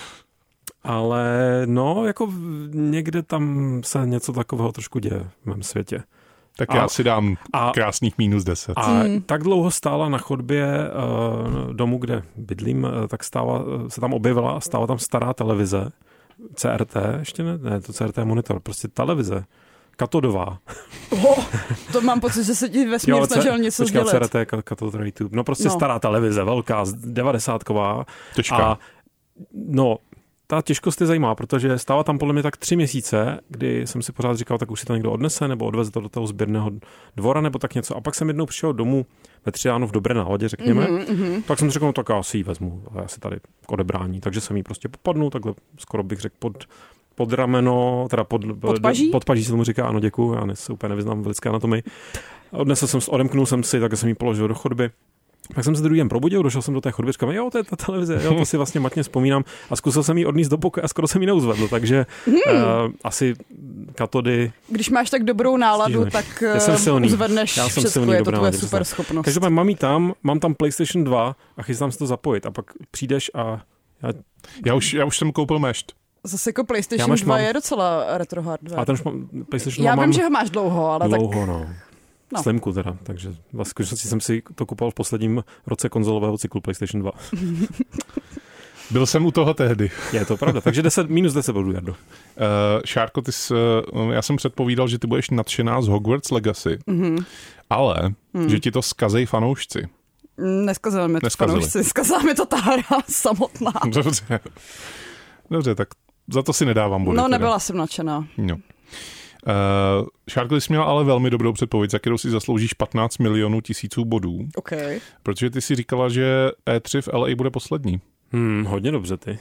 [SPEAKER 5] ale no, jako v- někde tam se něco takového trošku děje v mém světě.
[SPEAKER 3] Tak
[SPEAKER 5] A-
[SPEAKER 3] já si dám
[SPEAKER 5] A
[SPEAKER 3] krásných minus 10.
[SPEAKER 5] a
[SPEAKER 4] Hmm.
[SPEAKER 5] tak dlouho stála na chodbě uh, domu, kde bydlím, uh, tak stála, eh, se tam objevila a stála tam stará televize, CRT, ještě ne, ne, to CRT je monitor, prostě televize, katodová.
[SPEAKER 4] Oh, to mám pocit, že se ti vesmír
[SPEAKER 5] Jo,
[SPEAKER 4] snažil
[SPEAKER 5] C-
[SPEAKER 4] něco
[SPEAKER 5] počkej,
[SPEAKER 4] sdělit.
[SPEAKER 5] CRT je ka- katodová YouTube, no prostě
[SPEAKER 4] No.
[SPEAKER 5] stará televize, velká, z- devadesátková
[SPEAKER 3] Těžká.
[SPEAKER 5] a no, ta těžkost je zajímá, protože stála tam podle mě tak tři měsíce, kdy jsem si pořád říkal, tak už si to někdo odnese, nebo odveze to do toho sběrného dvora, nebo tak něco. A pak jsem jednou přišel domů ve tři ráno v dobré náladě, řekněme,
[SPEAKER 4] Mhm, mhm.
[SPEAKER 5] tak jsem řekl, no tak já si ji vezmu, ale já si tady k odebrání. Takže jsem jí prostě popadnu, takhle skoro bych řekl pod, pod rameno, teda pod,
[SPEAKER 4] Pod paží?
[SPEAKER 5] pod paží se tomu říká, ano děkuju, já ne- se úplně nevyznám v lidské anatomii. Odnesl jsem, s- odemknul jsem si, tak jsem ji položil do chodby. Pak jsem se druhý den probudil, došel jsem do té chodby, říkám, jo, to je ta televize, jo, to si vlastně matně vzpomínám a zkusil jsem ji odníst do pokoje a skoro jsem ji neuzvedl, takže hmm. uh, asi katody
[SPEAKER 4] Když máš tak dobrou náladu,
[SPEAKER 5] Stíhneš.
[SPEAKER 4] tak
[SPEAKER 5] Já jsem
[SPEAKER 4] eh,
[SPEAKER 5] silný.
[SPEAKER 4] zvedneš
[SPEAKER 5] Já jsem
[SPEAKER 4] všechno,
[SPEAKER 5] silný,
[SPEAKER 4] je to
[SPEAKER 5] dobrá
[SPEAKER 4] tvoje
[SPEAKER 5] nálada,
[SPEAKER 4] super schopnost.
[SPEAKER 5] Každopádně mám ji tam, mám tam PlayStation 2 a chystám se to zapojit a pak přijdeš a Já,
[SPEAKER 3] já, už, já už jsem koupil mešt.
[SPEAKER 4] Zase jako
[SPEAKER 5] Já
[SPEAKER 4] PlayStation
[SPEAKER 5] máš
[SPEAKER 4] 2 mám...
[SPEAKER 5] mám-
[SPEAKER 4] je docela retro hardware.
[SPEAKER 5] a ten už mám, PlayStation
[SPEAKER 4] Já
[SPEAKER 5] mám
[SPEAKER 4] vím, že ho máš dlouho, ale tak...
[SPEAKER 5] dlouho, no.
[SPEAKER 4] No.
[SPEAKER 5] No. Slimku teda, takže v skutečnosti jsem si to kupoval v posledním roce konzolového cyklu PlayStation 2.
[SPEAKER 3] Byl jsem u toho tehdy.
[SPEAKER 5] [laughs] Je to pravda, takže 10, minus 10 bodů, Jardo.
[SPEAKER 3] Uh, Šárko, ty jsi, uh, já jsem předpovídal, že ty budeš nadšená z Hogwarts Legacy,
[SPEAKER 4] Mhm.
[SPEAKER 3] ale že ti to skazej fanoušci.
[SPEAKER 4] Neskazil mi to
[SPEAKER 3] Neskazili.
[SPEAKER 4] fanoušci, skazila mi to ta hra samotná.
[SPEAKER 3] [laughs] Dobře. Dobře, tak za to si nedávám body.
[SPEAKER 4] No,
[SPEAKER 3] teda.
[SPEAKER 4] nebyla jsem nadšená.
[SPEAKER 3] No. Uh, Šárko, ty jsi měla ale velmi dobrou předpověď, za kterou si zasloužíš 15 milionů tisíců bodů,
[SPEAKER 4] OK.
[SPEAKER 3] protože ty si říkala, že E3 v LA bude poslední.
[SPEAKER 5] Hmm, hodně dobře ty.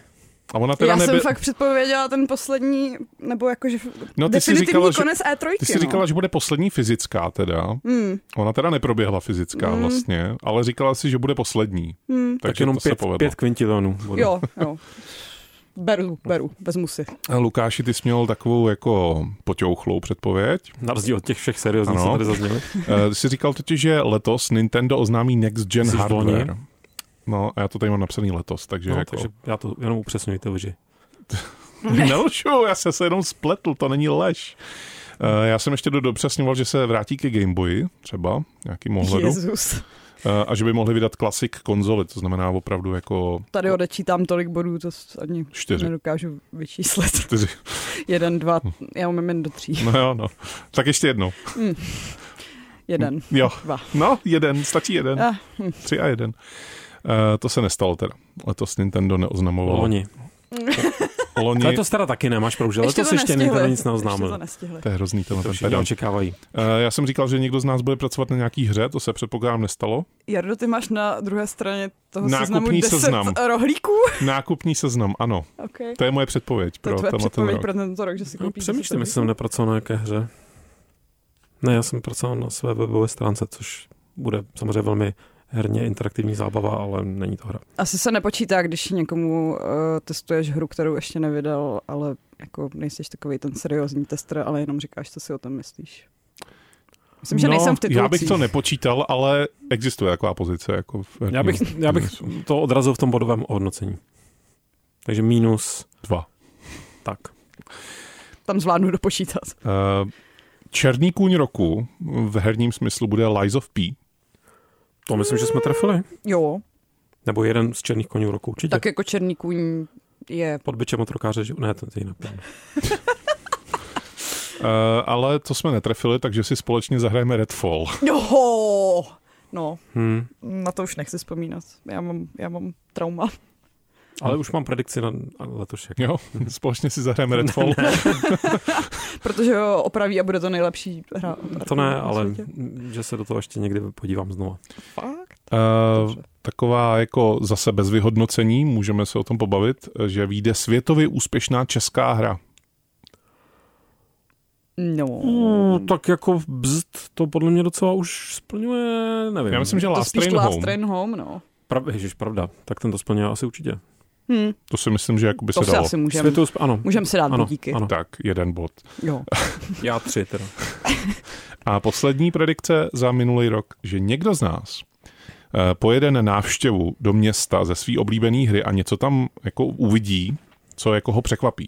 [SPEAKER 3] A ona teda
[SPEAKER 4] Já
[SPEAKER 3] neby...
[SPEAKER 4] jsem fakt předpověděla ten poslední, nebo jakože
[SPEAKER 3] No, ty jsi
[SPEAKER 4] definitivní
[SPEAKER 3] říkala, že-
[SPEAKER 4] konec E E3.
[SPEAKER 3] Ty jsi říkala, že bude poslední fyzická teda.
[SPEAKER 4] no. Hmm.
[SPEAKER 3] Ona teda neproběhla fyzická
[SPEAKER 4] Mm.
[SPEAKER 3] vlastně, ale říkala si, že bude poslední.
[SPEAKER 4] Hmm.
[SPEAKER 3] Takže
[SPEAKER 5] tak jenom
[SPEAKER 3] to se
[SPEAKER 5] pět,
[SPEAKER 3] povedlo.
[SPEAKER 5] pět kvintilionů. bodů.
[SPEAKER 4] Jo, jo. Beru, beru, vezmu si.
[SPEAKER 3] A Lukáši, ty jsi měl takovou jako potěuchlou [laughs] předpověď.
[SPEAKER 5] Na rozdíl od těch všech seriózních,
[SPEAKER 3] Ano.
[SPEAKER 5] co
[SPEAKER 3] [laughs]
[SPEAKER 5] tady zazněly.
[SPEAKER 3] Eh, Ty jsi říkal totiž, že letos Nintendo oznámí next gen
[SPEAKER 5] Jsi v loni?
[SPEAKER 3] hardware. No a já to tady mám napsaný letos, takže
[SPEAKER 5] No,
[SPEAKER 3] jako...
[SPEAKER 5] takže já to jenom upřesňuji to, že
[SPEAKER 3] [laughs] Nelžu, já jsem se jenom spletl, to není lež. Eh, Já jsem ještě do- dopřesňoval, že se vrátí ke Gameboyi třeba, nějakým ohledu,
[SPEAKER 4] Jezus,
[SPEAKER 3] Eh, a že by mohli vydat klasik konzoli, to znamená opravdu jako
[SPEAKER 4] tady odečítám tolik bodů, to s- ani
[SPEAKER 3] čtyři.
[SPEAKER 4] nedokážu vyčíslit. [laughs]
[SPEAKER 3] čtyři.
[SPEAKER 4] Jeden, dva, já umím jen do tří.
[SPEAKER 3] No jo, no. Tak ještě jednou.
[SPEAKER 4] Jeden,
[SPEAKER 3] Jo,
[SPEAKER 4] dva.
[SPEAKER 3] no jeden, stačí jeden.
[SPEAKER 4] Ah,
[SPEAKER 3] Tři a jeden. Eh, To se nestalo teda. Letos Nintendo neoznamovalo.
[SPEAKER 5] loni.
[SPEAKER 3] Loni.
[SPEAKER 5] Ale to stará taky nemáš pravdu, ale to se ještě Nintendo nic
[SPEAKER 4] Ještě to
[SPEAKER 5] neoznámil.
[SPEAKER 4] nestihli.
[SPEAKER 3] To je hrozný tenhle
[SPEAKER 5] To
[SPEAKER 3] ten
[SPEAKER 5] všichni
[SPEAKER 3] pedant.
[SPEAKER 5] očekávají.
[SPEAKER 3] Eh, Já jsem říkal, že někdo z nás bude pracovat na nějaký hře, to se předpokládám nestalo.
[SPEAKER 4] Jardo, ty máš na druhé straně toho
[SPEAKER 3] Nákupní
[SPEAKER 4] seznamu 10
[SPEAKER 3] seznam.
[SPEAKER 4] rohlíků?
[SPEAKER 3] Nákupní seznam, ano.
[SPEAKER 4] Okay.
[SPEAKER 3] To je moje předpověď
[SPEAKER 4] To je
[SPEAKER 3] pro
[SPEAKER 4] tvoje
[SPEAKER 3] tenhle ten
[SPEAKER 4] předpověď
[SPEAKER 3] rok.
[SPEAKER 4] pro tento rok, že si
[SPEAKER 5] No,
[SPEAKER 4] koupíš.
[SPEAKER 5] přemýšlím, jestli jsem nepracoval na nějaké hře. Ne, já jsem pracoval na své webové stránce, což bude samozřejmě velmi herně interaktivní zábava, ale není to hra.
[SPEAKER 4] Asi se nepočítá, když někomu uh, testuješ hru, kterou ještě nevydal, ale jako nejseš takový ten seriózní tester, ale jenom říkáš, co si o tom myslíš. Myslím, že
[SPEAKER 5] No,
[SPEAKER 4] nejsem v titulcích.
[SPEAKER 3] Já bych to nepočítal, ale existuje taková pozice. Jako v
[SPEAKER 5] Já bych, já bych to odrazil v tom bodovém hodnocení. Takže minus
[SPEAKER 3] Dva.
[SPEAKER 5] tak.
[SPEAKER 4] Tam zvládnu dopočítat.
[SPEAKER 3] Eh, Černý kůň roku v herním smyslu bude Lies of P.
[SPEAKER 5] To myslím, že jsme trefili.
[SPEAKER 4] Jo,
[SPEAKER 5] Nebo jeden z černých koní roku určitě.
[SPEAKER 4] tak jako černý kůň je...
[SPEAKER 5] Pod byčem otrokáře, že... ne, to je jinak.
[SPEAKER 3] No. Eh, Ale to jsme netrefili, takže si společně zahrajeme Redfall. [laughs]
[SPEAKER 4] Joho! No,
[SPEAKER 5] Hmm.
[SPEAKER 4] na to už nechci vzpomínat. Já mám, já mám trauma.
[SPEAKER 5] Ale už mám predikci na na letošek.
[SPEAKER 3] Jo, společně si zahrajeme Redfall.
[SPEAKER 4] [laughs] Protože ho opraví a bude to nejlepší hra.
[SPEAKER 5] To ne,
[SPEAKER 4] na
[SPEAKER 5] ale
[SPEAKER 4] světě.
[SPEAKER 5] m, že se do toho ještě někdy podívám znova.
[SPEAKER 4] Fakt?
[SPEAKER 3] Eh,
[SPEAKER 4] Dobře.
[SPEAKER 3] Taková jako zase bez vyhodnocení, můžeme se o tom pobavit, eh, že vyjde světově úspěšná česká hra.
[SPEAKER 4] No.
[SPEAKER 3] Hmm.
[SPEAKER 5] No, tak jako bzd, to podle mě docela už splňuje, nevím.
[SPEAKER 3] Já myslím, že
[SPEAKER 4] Hmm. to
[SPEAKER 3] Last
[SPEAKER 4] spíš
[SPEAKER 3] Train
[SPEAKER 4] Last
[SPEAKER 3] Home.
[SPEAKER 4] Train Home, no.
[SPEAKER 5] Prav, ježiš, pravda, tak ten to splňuje asi určitě.
[SPEAKER 4] Hm,
[SPEAKER 3] To si myslím, že jako by
[SPEAKER 4] to
[SPEAKER 3] se
[SPEAKER 4] si
[SPEAKER 3] dalo.
[SPEAKER 4] asi můžeme.
[SPEAKER 5] Světu, sp- ano,
[SPEAKER 4] Můžeme si dát
[SPEAKER 5] ano,
[SPEAKER 4] budíky.
[SPEAKER 5] ano,
[SPEAKER 3] Tak, jeden bod.
[SPEAKER 4] Jo.
[SPEAKER 5] já tři teda.
[SPEAKER 3] A poslední predikce za minulý rok, že někdo z nás eh, pojede na návštěvu do města ze své oblíbené hry a něco tam jako uvidí, co jako ho překvapí.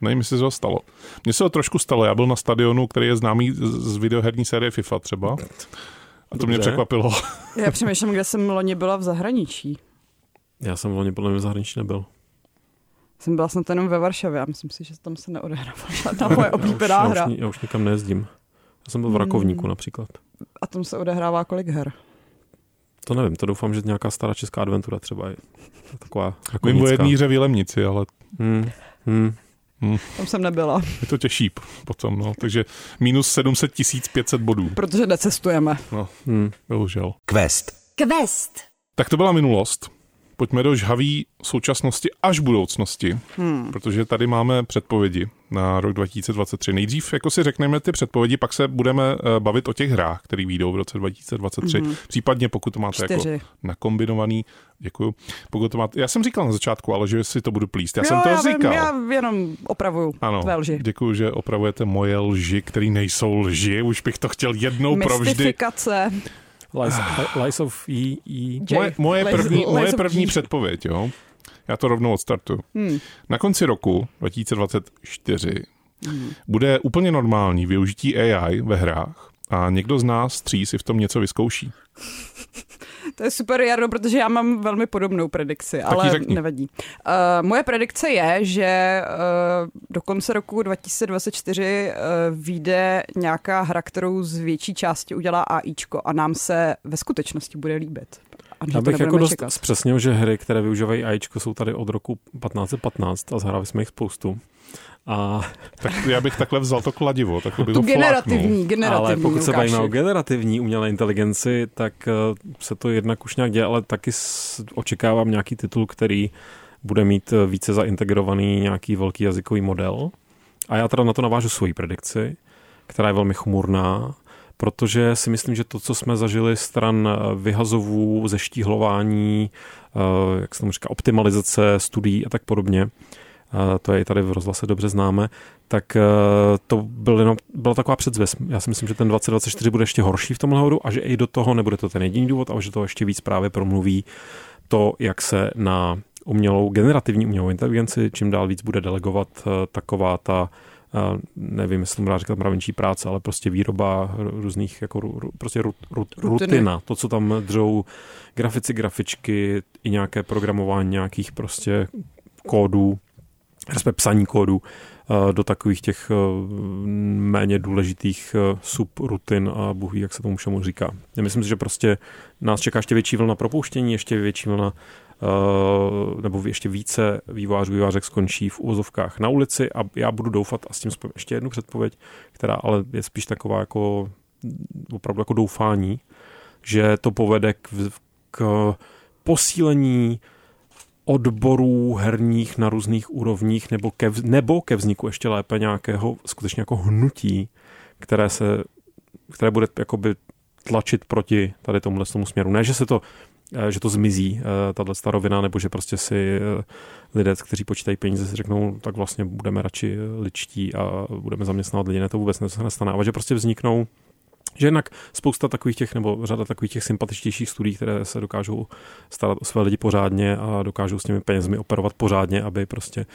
[SPEAKER 3] Nevím, jestli se to stalo. Mně se to trošku stalo. Já byl na stadionu, který je známý z z videoherní série FIFA třeba. A to mě
[SPEAKER 5] Dobře.
[SPEAKER 3] překvapilo.
[SPEAKER 4] Já přemýšlím, kde jsem loni byla v zahraničí.
[SPEAKER 5] Já jsem volně podle mě v zahraničí nebyl.
[SPEAKER 4] Jsem byla snad jenom ve Varšavě a myslím si, že tam se neodehrávala
[SPEAKER 3] [laughs]
[SPEAKER 4] žádná moje
[SPEAKER 5] já
[SPEAKER 4] oblíbená
[SPEAKER 5] už, já,
[SPEAKER 4] hra.
[SPEAKER 5] už, ni- já už nikam nejezdím. Já jsem byl v
[SPEAKER 4] Hmm.
[SPEAKER 5] Rakovníku například.
[SPEAKER 4] A tam se odehrává kolik her.
[SPEAKER 5] To nevím, to doufám, že nějaká stará česká adventura třeba je taková
[SPEAKER 3] Vím o
[SPEAKER 5] rakovnická.
[SPEAKER 3] jedné hře v Jilemnici, ale
[SPEAKER 5] Hmm. Hmm.
[SPEAKER 4] Tam jsem nebyla,
[SPEAKER 3] je to těžší potom. No. Takže minus 700 500 bodů,
[SPEAKER 4] protože necestujeme.
[SPEAKER 5] Hmm.
[SPEAKER 3] bohužel.
[SPEAKER 1] Quest.
[SPEAKER 2] Quest.
[SPEAKER 3] Tak to byla minulost. Pojďme do žhaví současnosti až budoucnosti,
[SPEAKER 4] Hmm.
[SPEAKER 3] protože tady máme předpovědi na rok 2023. Nejdřív jako si řekneme ty předpovědi, pak se budeme eh, bavit o těch hrách, které výjdou v roce 2023.
[SPEAKER 4] Mhm.
[SPEAKER 3] Případně pokud to máte jako
[SPEAKER 4] Čtyři.
[SPEAKER 3] nakombinovaný, děkuju. Pokud to máte, já jsem říkal na začátku, ale že si to budu plíst. Já
[SPEAKER 4] jo,
[SPEAKER 3] jsem to
[SPEAKER 4] já,
[SPEAKER 3] říkal.
[SPEAKER 4] vím, já jenom opravuju
[SPEAKER 3] Ano,
[SPEAKER 4] tvé lži.
[SPEAKER 3] děkuji, že opravujete moje lži, které nejsou lži. Už bych to chtěl jednou provždy.
[SPEAKER 4] Mystifikace.
[SPEAKER 5] Lies, Lies of E, e
[SPEAKER 4] J.
[SPEAKER 3] Moje, moje
[SPEAKER 4] Lies-
[SPEAKER 3] první,
[SPEAKER 4] Lies
[SPEAKER 3] moje
[SPEAKER 4] of
[SPEAKER 3] první
[SPEAKER 4] P.
[SPEAKER 3] předpověď, jo. Já to rovnou odstartuju. Hmm. Na konci roku 2024 hmm. bude úplně normální využití AI ve hrách a někdo z nás tří si v tom něco vyzkouší.
[SPEAKER 4] To je super, Jarno, protože já mám velmi podobnou predikci, tak ale
[SPEAKER 3] řekni.
[SPEAKER 4] nevadí. Uh, moje predikce je, že uh, do konce roku 2024 uh, vyjde nějaká hra, kterou z větší části udělá AIčko a nám se ve skutečnosti bude líbit. A že
[SPEAKER 5] Já
[SPEAKER 4] to
[SPEAKER 5] bych jako
[SPEAKER 4] nebudeme
[SPEAKER 5] dost
[SPEAKER 4] čekat.
[SPEAKER 5] zpřesnil, že hry, které využívají AIčko, jsou tady od roku 1515 a zahráli jsme jich spoustu. A,
[SPEAKER 3] Tak já bych takhle vzal to kladivo, tak bych
[SPEAKER 4] Tu
[SPEAKER 3] ho fláknul.
[SPEAKER 4] generativní, generativní.
[SPEAKER 5] ale pokud se
[SPEAKER 4] Lukáši.
[SPEAKER 5] bavíme o generativní umělé inteligenci, tak eh, se to jednak už nějak děje, ale taky s- očekávám nějaký titul, který bude mít eh, více zaintegrovaný nějaký velký jazykový model. A já teda na to navážu svoji predikci, která je velmi chmurná, protože si myslím, že to, co jsme zažili stran eh, vyhazovů, zeštíhlování, eh, jak se tomu říká, optimalizace studií a tak podobně, eh, to je i tady v rozhlase dobře známe, tak eh, to byl jenom, byla taková předzvěst. Já si myslím, že ten 2024 bude ještě horší v tomhle hodu a že i do toho nebude to ten jediný důvod, ale že to ještě víc právě promluví to, jak se na umělou, generativní umělou inteligenci čím dál víc bude delegovat eh, taková ta eh, nevím, jestli tomu dá říkat mravenčí práce, ale prostě výroba r- různých, jako ru, ru- prostě ru, ru,
[SPEAKER 4] Rutiny.
[SPEAKER 5] rutina, to, co tam dřou grafici, grafičky, i nějaké programování nějakých prostě kódů, respektive psaní kódů eh, do takových těch eh, méně důležitých eh, subrutin a bůh ví, jak se tomu všemu říká. Já myslím si, že prostě nás čeká ještě větší vlna propouštění, ještě větší vlna eh, nebo ještě více vývářů, vývářek skončí v úvozovkách na ulici a já budu doufat, a s tím spojím ještě jednu předpověď, která ale je spíš taková jako opravdu jako doufání, že to povede k, k eh, posílení odborů herních na různých úrovních nebo ke, vz- nebo ke vzniku ještě lépe nějakého skutečně jako hnutí, které se, které bude jakoby tlačit proti tady tomhle tomu směru. Ne, že se to eh, že to zmizí, eh, tahle starovina, nebo že prostě si eh, lidé, kteří počítají peníze, si řeknou, tak vlastně budeme radši eh, ličtí a budeme zaměstnávat lidi. Ne, to vůbec ne- se nestane. Ale že prostě vzniknou že jednak spousta takových těch, nebo řada takových těch sympatičtějších studií, které se dokážou starat o své lidi pořádně a dokážou s těmi penězmi operovat pořádně, aby prostě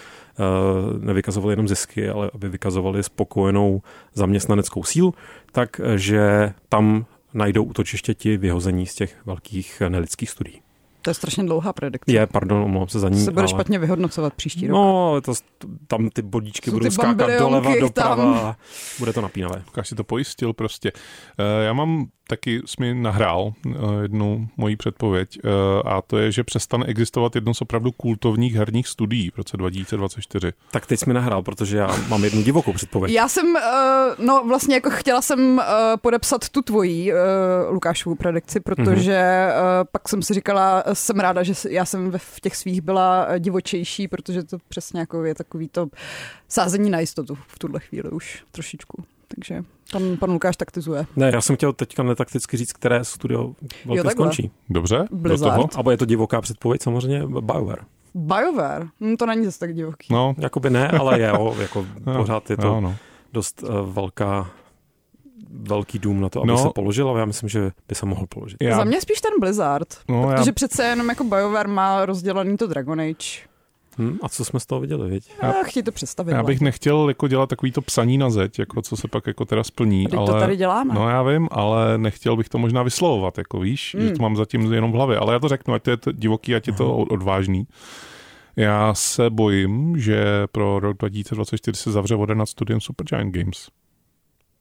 [SPEAKER 5] uh, nevykazovali jenom zisky, ale aby vykazovali spokojenou zaměstnaneckou sílu, takže tam najdou útočiště ti vyhození z těch velkých eh, nelidských studií.
[SPEAKER 4] To je strašně dlouhá predikce.
[SPEAKER 5] Je, pardon, omlouvám se za
[SPEAKER 4] To
[SPEAKER 5] ní,
[SPEAKER 4] se bude
[SPEAKER 5] ale...
[SPEAKER 4] špatně vyhodnocovat příští rok.
[SPEAKER 5] No, ale to, tam ty bodíčky
[SPEAKER 4] Jsou
[SPEAKER 5] budou
[SPEAKER 4] ty
[SPEAKER 5] skákat doleva,
[SPEAKER 4] bambilionky
[SPEAKER 5] doprava,
[SPEAKER 4] tam.
[SPEAKER 5] bude to napínavé.
[SPEAKER 3] Lukáš si to pojistil prostě. Eh, Já mám taky, jsi mi nahrál eh, jednu moji předpověď eh, a to je, že přestane existovat jedno z opravdu kultovních herních studií v roce 2024.
[SPEAKER 5] Tak teď jsi mi nahrál, protože já mám jednu divokou předpověď.
[SPEAKER 4] Já jsem, eh, no vlastně jako chtěla jsem eh, podepsat tu tvojí eh, Lukášovu predikci, protože eh, pak jsem si říkala, eh, jsem ráda, že s- já jsem ve- v těch svých byla eh, divočejší, protože to přesně jako je takový to sázení na jistotu v tuhle chvíli už trošičku. Takže tam pan Lukáš taktizuje.
[SPEAKER 5] Ne, já jsem chtěl teďka netakticky říct, které studio velké
[SPEAKER 4] takhle.
[SPEAKER 5] skončí.
[SPEAKER 3] Dobře?
[SPEAKER 4] Blizzard.
[SPEAKER 3] Do toho?
[SPEAKER 5] Abo je to divoká předpověď samozřejmě BioWare.
[SPEAKER 4] BioWare, hm, to není zase tak divoký.
[SPEAKER 3] No,
[SPEAKER 5] Jakoby ne, ale je, jo, jako
[SPEAKER 3] [laughs] jo,
[SPEAKER 5] pořád je to
[SPEAKER 3] jo, no.
[SPEAKER 5] dost uh, velká velký dům na to, aby
[SPEAKER 3] No.
[SPEAKER 5] no. se položil, ale já myslím, že by se mohl položit.
[SPEAKER 3] Já,
[SPEAKER 4] Za mě spíš ten Blizzard,
[SPEAKER 3] no, já,
[SPEAKER 4] protože přece jenom jako BioWare má rozdělený to Dragon Age.
[SPEAKER 5] Hm? A co jsme z toho viděli, viď?
[SPEAKER 3] Já-
[SPEAKER 4] Já, chtějí to představit.
[SPEAKER 3] já
[SPEAKER 4] ale-
[SPEAKER 3] bych nechtěl jako dělat takový to psaní na zeď, jako co se pak jako teda splní,
[SPEAKER 4] Teď
[SPEAKER 3] ale...
[SPEAKER 4] to tady děláme.
[SPEAKER 3] No já vím, ale nechtěl bych to možná vyslovovat, jako víš, že
[SPEAKER 4] Mm.
[SPEAKER 3] to mám zatím jenom v hlavě, ale já to řeknu, ať to je to divoký, ať je to o- odvážný. Já se bojím, že pro rok 2024 se zavře voda nad studiem Supergiant Games.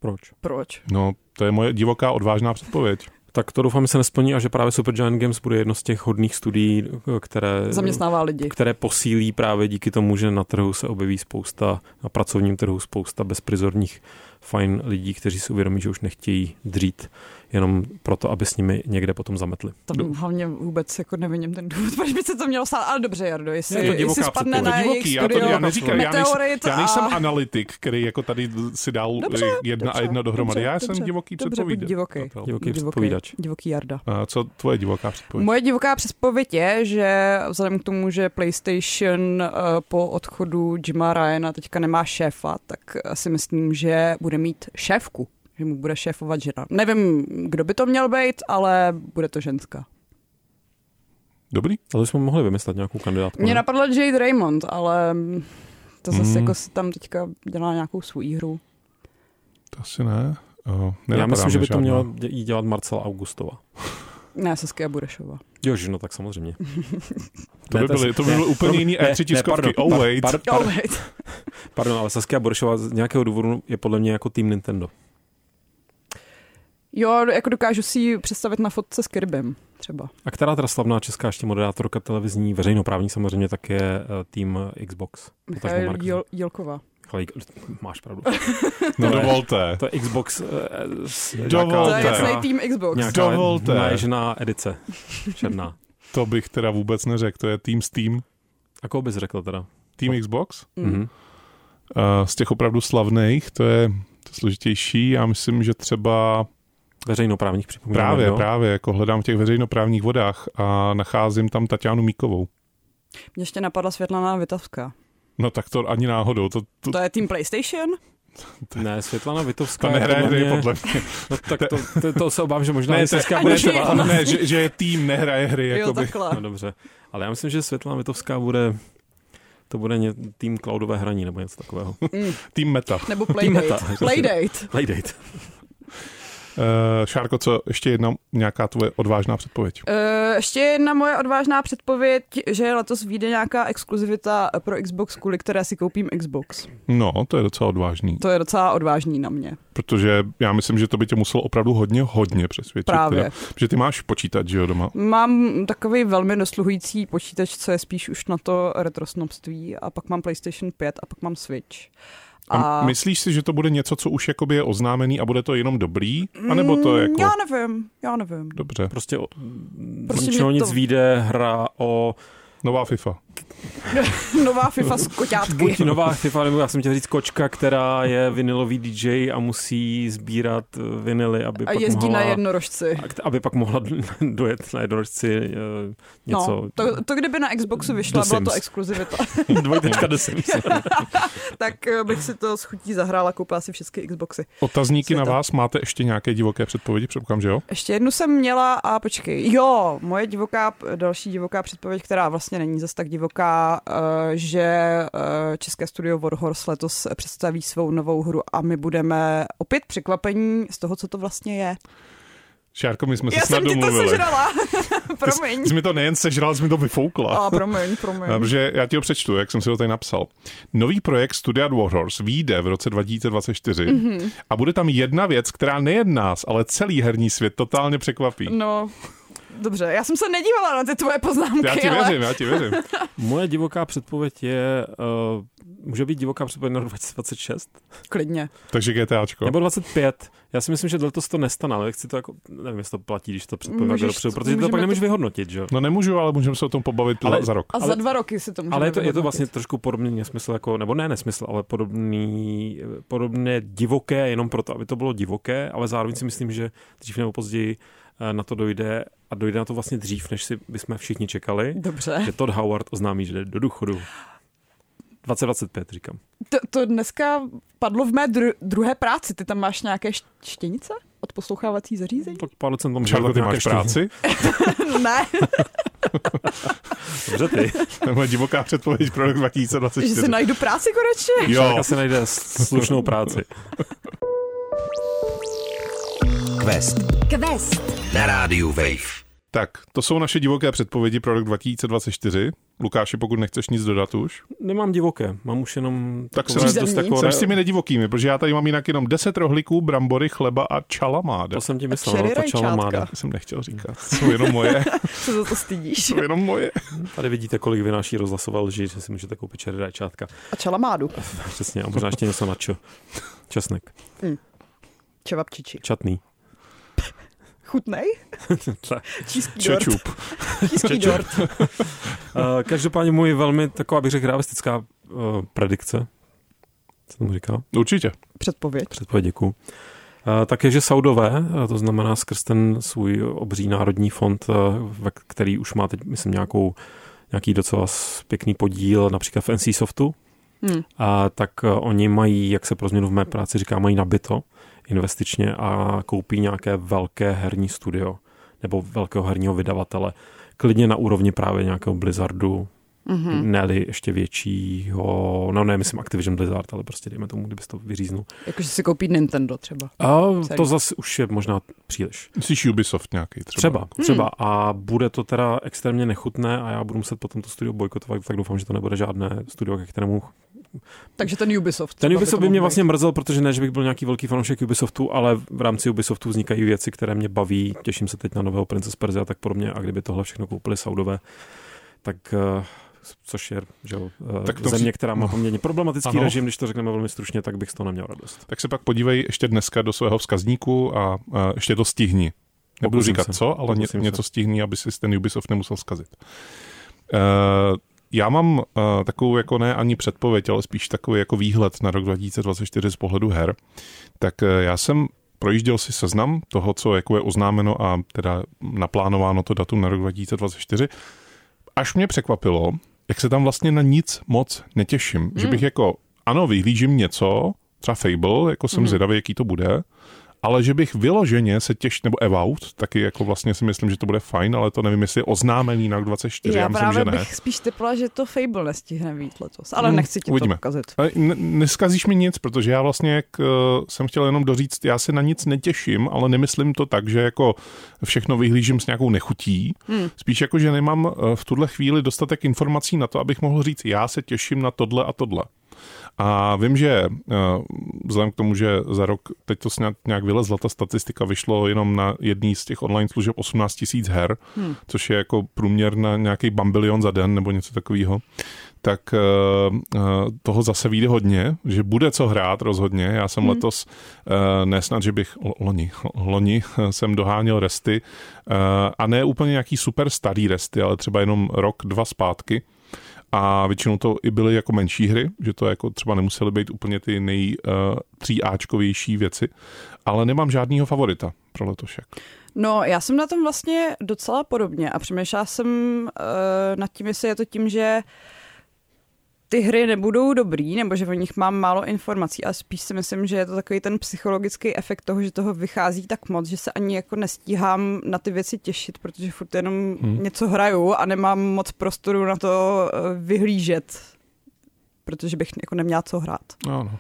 [SPEAKER 5] Proč?
[SPEAKER 4] Proč?
[SPEAKER 3] No, to je moje divoká, odvážná předpověď.
[SPEAKER 5] Tak to doufám, že se nesplní a že právě Supergiant Games bude jedno z těch hodných studií, eh, které
[SPEAKER 4] Zaměstnává lidi.
[SPEAKER 5] které posílí právě díky tomu, že na trhu se objeví spousta, na pracovním trhu spousta bezprizorních fajn lidí, kteří si uvědomí, že už nechtějí dřít jenom proto, aby s nimi někde potom zametli.
[SPEAKER 4] Tam
[SPEAKER 3] Do-
[SPEAKER 4] hlavně vůbec jako nevidím ten důvod, [laughs] proč by se to mělo stát, ale dobře, Jardo, jestli,
[SPEAKER 5] Je to
[SPEAKER 4] je jestli
[SPEAKER 5] divoká
[SPEAKER 4] spadne
[SPEAKER 5] předpověď.
[SPEAKER 4] na jejich
[SPEAKER 3] divoký, já to
[SPEAKER 4] studio,
[SPEAKER 3] já neříkám, já nejsem,
[SPEAKER 4] meteorit
[SPEAKER 3] já nejsem
[SPEAKER 4] a...
[SPEAKER 3] analytik, který jako tady si dal
[SPEAKER 4] Dobře,
[SPEAKER 3] eh, jedna a
[SPEAKER 4] dobře,
[SPEAKER 3] jedna dohromady.
[SPEAKER 4] dobře,
[SPEAKER 3] já
[SPEAKER 4] dobře,
[SPEAKER 3] jsem divoký
[SPEAKER 4] dobře, buď
[SPEAKER 3] předpověď.
[SPEAKER 4] divoký.
[SPEAKER 5] Divoký předpovídač.
[SPEAKER 4] divoký Jarda.
[SPEAKER 3] A co tvoje divoká předpověď?
[SPEAKER 4] Moje divoká předpověď je, že vzhledem k tomu, že PlayStation eh, po odchodu Jima Ryana teďka nemá šéfa, tak eh, si myslím, že bude mít šéfku, že mu bude šéfovat žena. Nevím, kdo by to měl být, ale bude to ženská.
[SPEAKER 3] Dobrý.
[SPEAKER 5] Ale jsme mohli vymyslet nějakou kandidátku.
[SPEAKER 4] Mě
[SPEAKER 5] ne?
[SPEAKER 4] napadl Jade Raymond, ale to zase
[SPEAKER 3] Mm.
[SPEAKER 4] jako si tam teďka dělá nějakou svou hru.
[SPEAKER 3] To asi ne. Uh,
[SPEAKER 5] Já myslím, že by to měla dě- jí dělat Marcela Augustova.
[SPEAKER 4] Ne, Saskia Budešová.
[SPEAKER 5] Jo, že no,
[SPEAKER 4] [laughs]
[SPEAKER 5] tak samozřejmě.
[SPEAKER 3] To by, byly, to by byly úplně jiný E3 tiskovky. Oh wait.
[SPEAKER 5] Par, par,
[SPEAKER 4] Oh,
[SPEAKER 5] par,
[SPEAKER 4] wait.
[SPEAKER 5] pardon, ale Saskia Boršová z nějakého důvodu je podle mě jako tým Nintendo.
[SPEAKER 4] Jo, jako dokážu si ji představit na fotce s Kirbem třeba.
[SPEAKER 5] A která teda slavná česká ještě moderátorka televizní, veřejnoprávní samozřejmě, tak je eh, tým Xbox. Potažmo
[SPEAKER 4] Michal
[SPEAKER 5] Mark-
[SPEAKER 4] Jíl, Jílková.
[SPEAKER 5] Chalík, máš pravdu.
[SPEAKER 3] [laughs]
[SPEAKER 5] [laughs]
[SPEAKER 3] No
[SPEAKER 5] To je-
[SPEAKER 3] dovolte.
[SPEAKER 5] To je Xbox. eh, s- nějaká-
[SPEAKER 4] To
[SPEAKER 3] Dovolte.
[SPEAKER 4] je
[SPEAKER 3] Velká-
[SPEAKER 4] jasný tým Xbox.
[SPEAKER 5] Nějaká
[SPEAKER 3] Dovolte.
[SPEAKER 5] naježená edice. Černá.
[SPEAKER 3] To bych teda vůbec neřekl. To je Team Steam.
[SPEAKER 5] A koho bys řekl teda?
[SPEAKER 3] Team Xbox.
[SPEAKER 4] Mm.
[SPEAKER 5] Mhm.
[SPEAKER 3] Uh, z těch opravdu slavných, to je to složitější. Já myslím, že třeba
[SPEAKER 5] Veřejnoprávních připomínám.
[SPEAKER 3] právě,
[SPEAKER 5] jo?
[SPEAKER 3] právě, jako hledám v těch veřejnoprávních vodách a nacházím tam Tatianu Míkovou.
[SPEAKER 4] Mě ještě napadla Světlana Vitavská.
[SPEAKER 3] No tak to ani náhodou, to, to,
[SPEAKER 4] To je tým PlayStation?
[SPEAKER 5] Ne, Světlana Vitovská.
[SPEAKER 3] to nehraje
[SPEAKER 5] je
[SPEAKER 3] hry,
[SPEAKER 5] mě-
[SPEAKER 3] podle mě.
[SPEAKER 5] No
[SPEAKER 3] [laughs]
[SPEAKER 5] tak to, to, to se obávám, že možná
[SPEAKER 3] Ne,
[SPEAKER 5] ne,
[SPEAKER 3] to je-
[SPEAKER 5] Saskia
[SPEAKER 4] ani
[SPEAKER 5] Borešová.
[SPEAKER 4] ona.
[SPEAKER 3] Ne, že, že je tým nehraje hry,
[SPEAKER 4] jo,
[SPEAKER 3] jakoby.
[SPEAKER 4] takhle.
[SPEAKER 5] [laughs]
[SPEAKER 4] [laughs]
[SPEAKER 5] No dobře, ale já myslím, že Světlana Vitovská bude to bude ně, tým cloudové hraní nebo něco
[SPEAKER 3] [laughs]
[SPEAKER 5] takového.
[SPEAKER 4] Mm.
[SPEAKER 3] Tým meta.
[SPEAKER 4] Nebo
[SPEAKER 5] Meta.
[SPEAKER 4] Playdate. Playdate.
[SPEAKER 5] Playdate.
[SPEAKER 3] Uh, Šárko, co ještě jedna nějaká tvoje odvážná předpověď?
[SPEAKER 4] Uh, ještě jedna moje odvážná předpověď, že letos vyjde nějaká exkluzivita pro Xbox, kvůli které si koupím Xbox.
[SPEAKER 3] No, to je docela odvážný,
[SPEAKER 4] To je docela odvážný na mě.
[SPEAKER 3] protože já myslím, že to by tě muselo opravdu hodně, hodně přesvědčit.
[SPEAKER 4] Právě.
[SPEAKER 3] Teda, že ty máš počítač, že jo, doma.
[SPEAKER 4] Mám takový velmi dosluhující počítač, co je spíš už na to retrosnobství a pak mám PlayStation 5 a pak mám Switch.
[SPEAKER 3] A, a myslíš si, že to bude něco, co už jakoby je oznámený a bude to jenom dobrý? A nebo to je
[SPEAKER 4] Mm,
[SPEAKER 3] jako...
[SPEAKER 4] Já nevím, já nevím.
[SPEAKER 3] Dobře,
[SPEAKER 5] Prostě, o,
[SPEAKER 4] Prostě,
[SPEAKER 5] prostě
[SPEAKER 4] že
[SPEAKER 5] z ničeho
[SPEAKER 4] to-
[SPEAKER 5] nic vyjde hra
[SPEAKER 4] [laughs]
[SPEAKER 5] o
[SPEAKER 3] nová FIFA.
[SPEAKER 4] [laughs] Nová FIFA z koťátky.
[SPEAKER 5] buď nová FIFA, nebo já jsem chtěl říct kočka, která je vinilový DJ a musí sbírat eh, vinily, aby
[SPEAKER 4] A
[SPEAKER 5] pak
[SPEAKER 4] jezdí
[SPEAKER 5] mohla...
[SPEAKER 4] na jednorožci.
[SPEAKER 5] a k- aby pak mohla [laughs] dojet na jednorožci eh, něco.
[SPEAKER 4] No, to, to, kdyby na Xboxu vyšla,
[SPEAKER 5] Do
[SPEAKER 4] byla to
[SPEAKER 5] Sims.
[SPEAKER 4] exkluzivita,
[SPEAKER 5] [laughs]
[SPEAKER 4] [laughs]
[SPEAKER 5] Dvojtečka do Sims.
[SPEAKER 4] tak eh, bych si to s chutí zahrála, koupila si všechny Xboxy.
[SPEAKER 3] Otazníky na
[SPEAKER 4] Světa.
[SPEAKER 3] vás máte ještě nějaké divoké předpovědi, předpokládám, že jo?
[SPEAKER 4] Ještě jednu jsem měla a počkej, jo, moje divoká, další divoká předpověď, která vlastně není zas tak divoká, eh, že eh, české studio Warhorse letos představí svou novou hru a my budeme opět překvapení z toho, co to vlastně je.
[SPEAKER 3] Šárko, my jsme
[SPEAKER 4] Já
[SPEAKER 3] se snad
[SPEAKER 4] jsem ti to
[SPEAKER 3] domluvili.
[SPEAKER 4] sežrala, [laughs]
[SPEAKER 3] Ty jsi
[SPEAKER 4] promiň.
[SPEAKER 3] mi [laughs] to nejen sežral, jsi mi to vyfoukla.
[SPEAKER 4] A promiň, promiň.
[SPEAKER 3] Protože já ti ho přečtu, jak jsem si ho tady napsal. Nový projekt Studia Warhorse vyjde v roce 2024
[SPEAKER 4] Mhm.
[SPEAKER 3] mm-hmm. a bude tam jedna věc, která nejen nás, ale celý herní svět totálně překvapí.
[SPEAKER 4] No, dobře, já jsem se nedívala na ty tvoje poznámky,
[SPEAKER 3] Já ti
[SPEAKER 4] ale...
[SPEAKER 3] věřím, já ti věřím.
[SPEAKER 5] Moje divoká předpověď je, uh, může být divoká předpověď na rok [laughs] 2026?
[SPEAKER 4] Klidně.
[SPEAKER 3] Takže GTAčko.
[SPEAKER 5] Nebo 25. Já si myslím, že letos to nestane, ale chci to jako, nevím, jestli to platí, když to předpovídá
[SPEAKER 4] Můžeš-
[SPEAKER 5] dopředu, protože to
[SPEAKER 4] můžeme
[SPEAKER 5] pak
[SPEAKER 4] to-
[SPEAKER 5] nemůžeš vyhodnotit, že? jo?
[SPEAKER 3] No nemůžu, ale můžeme se o tom pobavit ale...
[SPEAKER 5] Ale-
[SPEAKER 3] za rok.
[SPEAKER 4] A ale, za
[SPEAKER 5] Ale-
[SPEAKER 4] dva roky si to můžeme
[SPEAKER 5] Ale je to, je to
[SPEAKER 4] vyhodnotit.
[SPEAKER 5] vlastně trošku podobný nesmysl, jako, nebo ne nesmysl, ale podobný, podobné divoké, jenom proto, aby to bylo divoké, ale zároveň si myslím, že dřív nebo později eh, na to dojde a dojde na to vlastně dřív, než si bychom všichni čekali,
[SPEAKER 4] Dobře.
[SPEAKER 5] že Todd Howard oznámí, že jde do důchodu. 2025 říkám.
[SPEAKER 4] To, to dneska padlo v mé dru- druhé práci. Ty tam máš nějaké št- štěnice? Odposlouchávací
[SPEAKER 5] [laughs]
[SPEAKER 4] zařízení?
[SPEAKER 5] Tak pár let jsem tam
[SPEAKER 3] Šárko,
[SPEAKER 5] žil
[SPEAKER 3] ty
[SPEAKER 5] nějaké
[SPEAKER 3] máš práci?
[SPEAKER 5] čtyři.
[SPEAKER 3] [laughs]
[SPEAKER 4] [laughs] ne,
[SPEAKER 5] Dobře ty. [laughs]
[SPEAKER 3] To je moje divoká předpověď pro rok
[SPEAKER 4] že si
[SPEAKER 3] 2024.
[SPEAKER 4] najdu práci konečně.
[SPEAKER 3] Jo,
[SPEAKER 5] Šárka si najde s- slušnou práci.
[SPEAKER 1] Quest
[SPEAKER 2] Quest.
[SPEAKER 1] na rádiu Wave.
[SPEAKER 3] tak to jsou naše divoké předpovědi pro rok 2024. Lukáši, pokud nechceš nic dodat už,
[SPEAKER 5] Nemám divoké, mám už jenom
[SPEAKER 3] Tak
[SPEAKER 5] takové
[SPEAKER 4] jsem-
[SPEAKER 5] dost
[SPEAKER 3] jsem
[SPEAKER 5] takové...
[SPEAKER 3] s těmi nedivokými, protože já tady mám jinak jenom 10 rohlíků, brambory, chleba a čalamáda.
[SPEAKER 5] To jsem ti
[SPEAKER 4] A
[SPEAKER 5] myslel,
[SPEAKER 4] cherry
[SPEAKER 5] no, ta
[SPEAKER 4] rajčátka.
[SPEAKER 5] čalamáda.
[SPEAKER 3] To jsem nechtěl říkat, jsou jenom moje,
[SPEAKER 4] Se za to stydíš.
[SPEAKER 3] jsou jenom moje.
[SPEAKER 5] Tady vidíte, kolik vynáší rozhlasové lži, že si můžete koupit čery rajčátka.
[SPEAKER 4] A čalamádu.
[SPEAKER 5] Přesně, a možná ještě něco na čo. Česnek,
[SPEAKER 4] Čevapčiči.
[SPEAKER 5] čatný.
[SPEAKER 4] Chutnej?
[SPEAKER 5] [laughs] Tak.
[SPEAKER 4] Číský dort.
[SPEAKER 3] Čečup.
[SPEAKER 4] Číský dort.
[SPEAKER 5] Uh, každopádně můj velmi taková, bych řekl, realistická uh, predikce, co tomu říká,
[SPEAKER 3] Určitě.
[SPEAKER 4] Předpověď.
[SPEAKER 5] předpověď děkuju, uh, tak je, že Saudové, uh, to znamená skrz ten svůj obří národní fond, uh, ve k- který už má teď, myslím, nějakou, nějaký docela s- pěkný podíl, například v NC Softu,
[SPEAKER 4] Hmm.
[SPEAKER 5] a tak eh, oni mají, jak se pro změnu v mé práci říká, mají nabito investičně a koupí nějaké velké herní studio nebo velkého herního vydavatele, klidně na úrovni právě nějakého Blizzardu, mm-hmm. ne-li ještě většího, no ne, myslím Activision Blizzard, ale prostě dejme tomu, kdyby to vyříznul.
[SPEAKER 4] Jakože si koupí Nintendo třeba.
[SPEAKER 5] A to zase už je možná příliš.
[SPEAKER 3] Myslíš Ubisoft nějaký třeba?
[SPEAKER 5] Třeba, třeba. Hmm. A bude to teda extrémně nechutné a já budu muset potom to studio bojkotovat, tak doufám, že to nebude žádné studio, ke kterému
[SPEAKER 4] takže ten Ubisoft.
[SPEAKER 5] Ten Ubisoft by, by mě vlastně mrzel, protože ne, že bych byl nějaký velký fanoušek Ubisoftu, ale v rámci Ubisoftu vznikají věci, které mě baví. Těším se teď na nového Princess Persia a tak podobně. A kdyby tohle všechno koupili Saudové, tak eh, což je že jo, tak to země, která má poměrně problematický ano. režim, když to řekneme velmi stručně, tak bych z toho neměl radost.
[SPEAKER 3] Tak se pak podívej ještě dneska do svého vzkazníku a, a ještě to stihni. Nebudu Pokusím říkat se. co, ale ně, něco se. stihni, aby si ten Ubisoft nemusel zkazit. Uh, já mám uh, takovou jako ne ani předpověď, ale spíš takový jako výhled na rok 2024 z pohledu her. Tak uh, já jsem projížděl si seznam toho, co jako je oznámeno a teda naplánováno to datum na rok 2024. Až mě překvapilo, jak se tam vlastně na nic moc netěším. Hmm. Že bych jako, ano, vyhlížím něco, třeba Fable, jako jsem hmm. zvědavý, jaký to bude, ale že bych vyloženě se těš, nebo Evout, taky jako vlastně si myslím, že to bude fajn, ale to nevím, jestli je oznámený na 24, já, já myslím,
[SPEAKER 4] právě
[SPEAKER 3] že ne.
[SPEAKER 4] bych spíš typla, že to Fable nestihne být letos, ale hmm, nechci ti uvidíme. to ukazit.
[SPEAKER 3] Ne, neskazíš mi nic, protože já vlastně, jak uh, jsem chtěl jenom doříct, já se na nic netěším, ale nemyslím to tak, že jako všechno vyhlížím s nějakou nechutí, hmm. spíš jako, že nemám uh, v tuhle chvíli dostatek informací na to, abych mohl říct, já se těším na tohle a tohle. A vím, že eh, vzhledem k tomu, že za rok, teď to snad nějak vylezla, ta statistika vyšlo jenom na jedný z těch online služeb 18 tisíc her, hmm. což je jako průměr na nějaký bambilion za den nebo něco takového, tak eh, toho zase vyjde hodně, že bude co hrát rozhodně. Já jsem hmm. letos, eh, nesnad, že bych loni, loni [laughs] jsem doháněl resty eh, a ne úplně nějaký super starý resty, ale třeba jenom rok, dva zpátky, a většinou to i byly jako menší hry, že to jako třeba nemusely být úplně ty nej tříáčkovější věci, ale nemám žádného favorita pro letošek.
[SPEAKER 4] No, já jsem na tom vlastně docela podobně a přemýšlela jsem uh, nad tím, jestli je to tím, že ty hry nebudou dobrý, nebo že o nich mám málo informací, ale spíš si myslím, že je to takový ten psychologický efekt toho, že toho vychází tak moc, že se ani jako nestíhám na ty věci těšit, protože furt jenom hmm. něco hraju a nemám moc prostoru na to eh, vyhlížet, protože bych jako neměla co hrát.
[SPEAKER 3] Ano.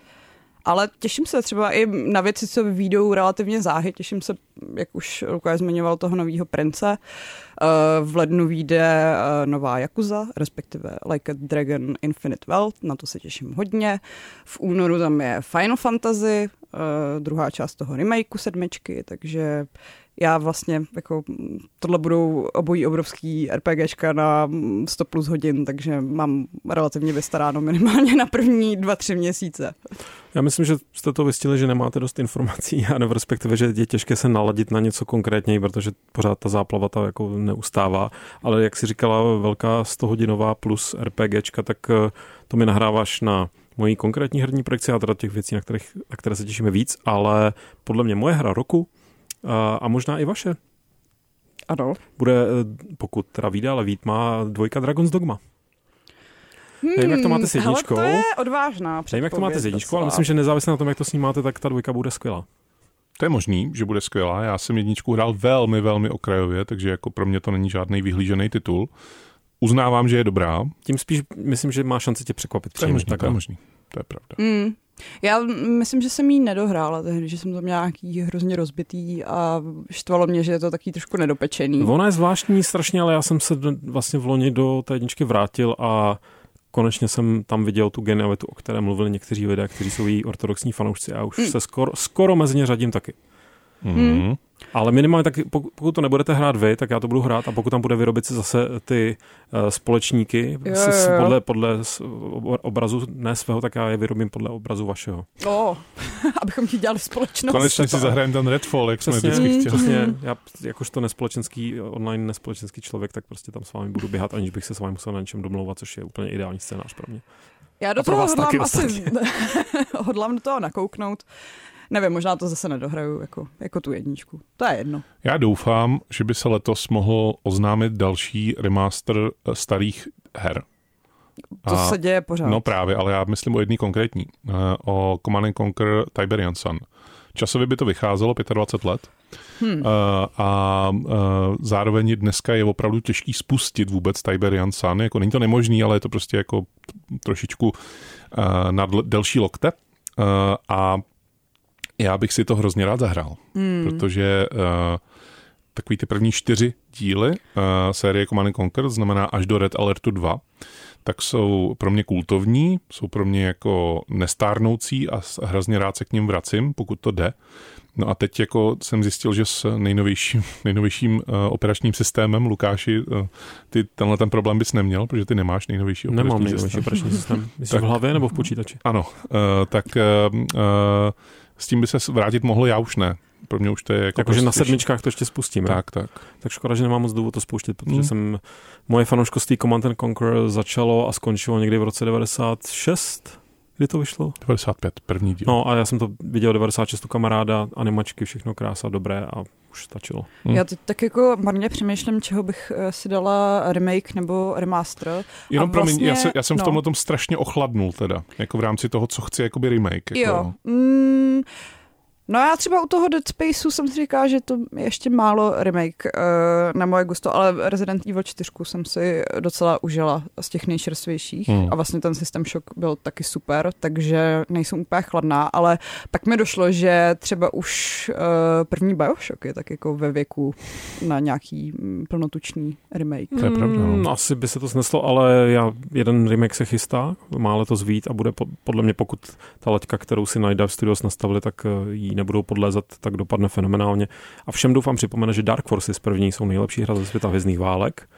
[SPEAKER 4] Ale těším se třeba i na věci, co výjdou relativně záhy. Těším se, jak už Lukáš zmiňoval, toho nového prince. Eh, V lednu vyjde eh, nová Jakuza, respektive Like a Dragon Infinite Wealth, na to se těším hodně. V únoru tam je Final Fantasy, eh, druhá část toho remakeu sedmičky, takže já vlastně, jako tohle budou obojí obrovský RPGčka na 100 plus hodin, takže mám relativně vystaráno minimálně na první dva, tři měsíce.
[SPEAKER 5] Já myslím, že jste to vystili, že nemáte dost informací, a nebo respektive, že je těžké se naladit na něco konkrétněji, protože pořád ta záplava ta jako neustává. Ale jak si říkala, velká 100 hodinová plus RPGčka, tak eh, to mi nahráváš na mojí konkrétní herní projekci a teda těch věcí, na, kterých, na které se těšíme víc, ale podle mě moje hra roku eh, a, a možná i vaše.
[SPEAKER 4] Ano.
[SPEAKER 5] Bude, eh, pokud teda vyjde, ale vít má dvojka Dragon's Dogma. Hmm, Nevím, jak to máte s jedničkou.
[SPEAKER 4] to je odvážná
[SPEAKER 5] Nevím, jak to máte s jedničkou, ale myslím, že nezávisle na tom, jak to snímáte, tak ta dvojka bude skvělá.
[SPEAKER 3] To je možný, že bude skvělá. Já jsem jedničku hrál velmi, velmi okrajově, takže jako pro mě to není žádný vyhlížený titul. Uznávám, že je dobrá.
[SPEAKER 5] Tím spíš myslím, že má šanci tě překvapit.
[SPEAKER 3] To je možný, to je možný. To je pravda.
[SPEAKER 4] Mm, já myslím, že jsem jí nedohrála tehdy, že jsem to měla nějaký hrozně rozbitý a štvalo mě, že je to taky trošku nedopečený.
[SPEAKER 5] Ona je zvláštní strašně, ale já jsem se vlastně v loni do té jedničky vrátil a konečně jsem tam viděl tu genialitu, o které mluvili někteří lidé, kteří jsou její ortodoxní fanoušci a už mm. se skoro, skoro mezi ně řadím taky. Hmm.
[SPEAKER 3] Mm.
[SPEAKER 5] Ale minimálně tak, pokud to nebudete hrát vy, tak já to budu hrát a pokud tam bude vyrobit si zase ty uh, společníky jo, jo, jo. podle, podle obrazu ne svého, tak já je vyrobím podle obrazu vašeho.
[SPEAKER 4] O, [laughs] abychom ti dělali společnost.
[SPEAKER 3] Konečně si zahrajeme ten Redfall, jak No, přesně, jsme vždycky chtěli.
[SPEAKER 5] Přesně, já jakožto nespolečenský, online nespolečenský člověk, tak prostě tam s vámi budu běhat, aniž bych se s vámi musel na něčem domlouvat, což je úplně ideální scénář pro mě.
[SPEAKER 4] Já do a toho hodlám asi, [laughs] hodlám do toho nakouknout nevím, možná to zase nedohraju jako, jako tu jedničku. To je jedno.
[SPEAKER 3] Já doufám, že by se letos mohl oznámit další remaster eh, starých her.
[SPEAKER 4] To a, se děje pořád.
[SPEAKER 3] No právě, ale já myslím o jedný Eh, konkrétní. O Command Conquer Tiberian Sun. Časově by to vycházelo 25 let. Hmm. Uh, a uh, zároveň dneska je opravdu těžký spustit vůbec Tiberian Sun. Jako, není to nemožný, ale je to prostě jako trošičku uh, na dl- delší lokte. Uh, a já bych si to hrozně rád zahrál, hmm. protože uh, takový ty první čtyři díly uh, série Command Conquer, znamená až do Red Alertu 2, tak jsou pro mě kultovní, jsou pro mě jako nestárnoucí a hrozně rád se k ním vracím, pokud to jde. No a teď jako jsem zjistil, že s nejnovějším, [laughs] nejnovějším uh, operačním systémem, Lukáši, uh, ty tenhle ten problém bys neměl, protože ty nemáš nejnovější
[SPEAKER 5] Nemám
[SPEAKER 3] operační
[SPEAKER 5] nejnovější
[SPEAKER 3] systém.
[SPEAKER 5] operační [laughs] systém. Myslíš
[SPEAKER 3] Tak.
[SPEAKER 5] v hlavě nebo v počítači?
[SPEAKER 3] Ano, uh, tak uh, uh, s tím by se vrátit mohl, já už ne. Pro mě už to je jako...
[SPEAKER 5] Jakože na
[SPEAKER 3] prostě-
[SPEAKER 5] sedmičkách to ještě spustíme.
[SPEAKER 3] Tak, tak.
[SPEAKER 5] Tak Mhm. škoda, že nemám moc důvod to spouštět, protože
[SPEAKER 3] Hmm.
[SPEAKER 5] jsem moje fanouškovství Command and Conquer začalo a skončilo někdy v roce 96, kdy to vyšlo.
[SPEAKER 3] 95, první díl.
[SPEAKER 5] No a já jsem to viděl 96 u kamaráda, animačky, všechno krása, dobré a už stačilo.
[SPEAKER 3] Hmm.
[SPEAKER 4] Já teď tak jako marně přemýšlím, čeho bych eh, si dala remake nebo remaster.
[SPEAKER 3] Jenom
[SPEAKER 4] A
[SPEAKER 3] promiň, já,
[SPEAKER 4] vlastně-
[SPEAKER 3] se, já jsem v
[SPEAKER 4] no.
[SPEAKER 3] tomhle tom strašně ochladnul teda, jako v rámci toho, co chci jakoby remake. Jako,
[SPEAKER 4] Jo. Mm, no já třeba u toho Dead Spaceu jsem si říkala, že to je ještě málo remake uh, na moje gusto, ale Resident Evil 4 jsem si docela užila z těch nejčerstvějších
[SPEAKER 3] Hmm.
[SPEAKER 4] a vlastně ten System Shock byl taky super, takže nejsem úplně chladná, ale pak mi došlo, že třeba už uh, první Bioshock je tak jako ve věku na nějaký mm, plnotučný remake.
[SPEAKER 3] To je pravda, no.
[SPEAKER 5] Mm, asi by se to sneslo, ale já, jeden remake se chystá, má letos vít a bude po, podle mě, pokud ta laťka, kterou si Night Dive Studios nastavili, tak eh, jí nebudou podlézat, tak dopadne fenomenálně. A všem doufám připomene, že Dark Forces první jsou nejlepší hra ze světa hvězdných válek.
[SPEAKER 3] No,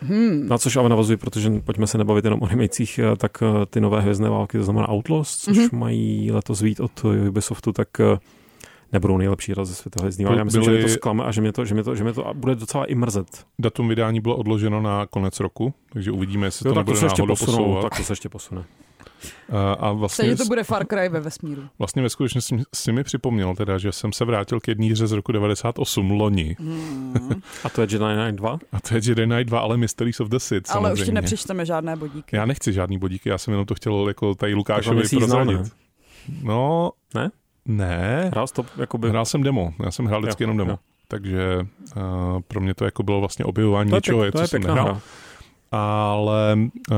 [SPEAKER 4] Hmm.
[SPEAKER 5] Na což ale navazuji, protože pojďme se nebavit jenom o remakech, eh, tak eh, ty nové hvězdné války, to znamená Outlaws, což
[SPEAKER 4] Mhm.
[SPEAKER 5] mm-hmm. mají letos vít od eh, Ubisoftu, tak eh, nebudou nejlepší hra ze světa hvězdných válek. Já myslím,
[SPEAKER 3] Byly-
[SPEAKER 5] že mě to zklame a že mě to, že mě to, že mě to bude docela i mrzet.
[SPEAKER 3] Datum vydání bylo odloženo na konec roku, takže uvidíme, jestli to
[SPEAKER 5] Jo, tak to
[SPEAKER 3] nebude
[SPEAKER 5] se ještě
[SPEAKER 3] náhodou
[SPEAKER 5] posunou,
[SPEAKER 3] posouvat.
[SPEAKER 5] tak to se ještě posune.
[SPEAKER 3] A, a
[SPEAKER 4] Stejně
[SPEAKER 3] vlastně,
[SPEAKER 4] to bude Far Cry ve vesmíru.
[SPEAKER 3] vlastně ve skutečnosti si mi připomněl teda, že jsem se vrátil k jedné hře z roku 98 loni.
[SPEAKER 4] Hmm.
[SPEAKER 5] A to je Jedi Knight 2?
[SPEAKER 3] A to je Jedi Knight 2, ale Mysteries of the Sith samozřejmě.
[SPEAKER 4] Ale už ti nepřečteme žádné bodíky.
[SPEAKER 3] Já nechci žádný bodíky, já jsem jenom to chtěl jako tady
[SPEAKER 5] Takhle
[SPEAKER 3] Lukášovi
[SPEAKER 5] myslíš,
[SPEAKER 3] prozradit.
[SPEAKER 5] no, ne?
[SPEAKER 3] No,
[SPEAKER 5] Ne?
[SPEAKER 3] Ne.
[SPEAKER 5] Hrál jsi to jakoby...
[SPEAKER 3] Hrál jsem demo, já jsem hrál vždycky
[SPEAKER 5] Jo,
[SPEAKER 3] jenom demo.
[SPEAKER 5] jo.
[SPEAKER 3] Takže uh, pro mě to jako bylo vlastně objevování
[SPEAKER 5] to je,
[SPEAKER 3] něčeho,
[SPEAKER 5] pěk, to
[SPEAKER 3] co
[SPEAKER 5] je
[SPEAKER 3] jsem
[SPEAKER 5] pěkná
[SPEAKER 3] nehrál.
[SPEAKER 5] hra.
[SPEAKER 3] Ale uh,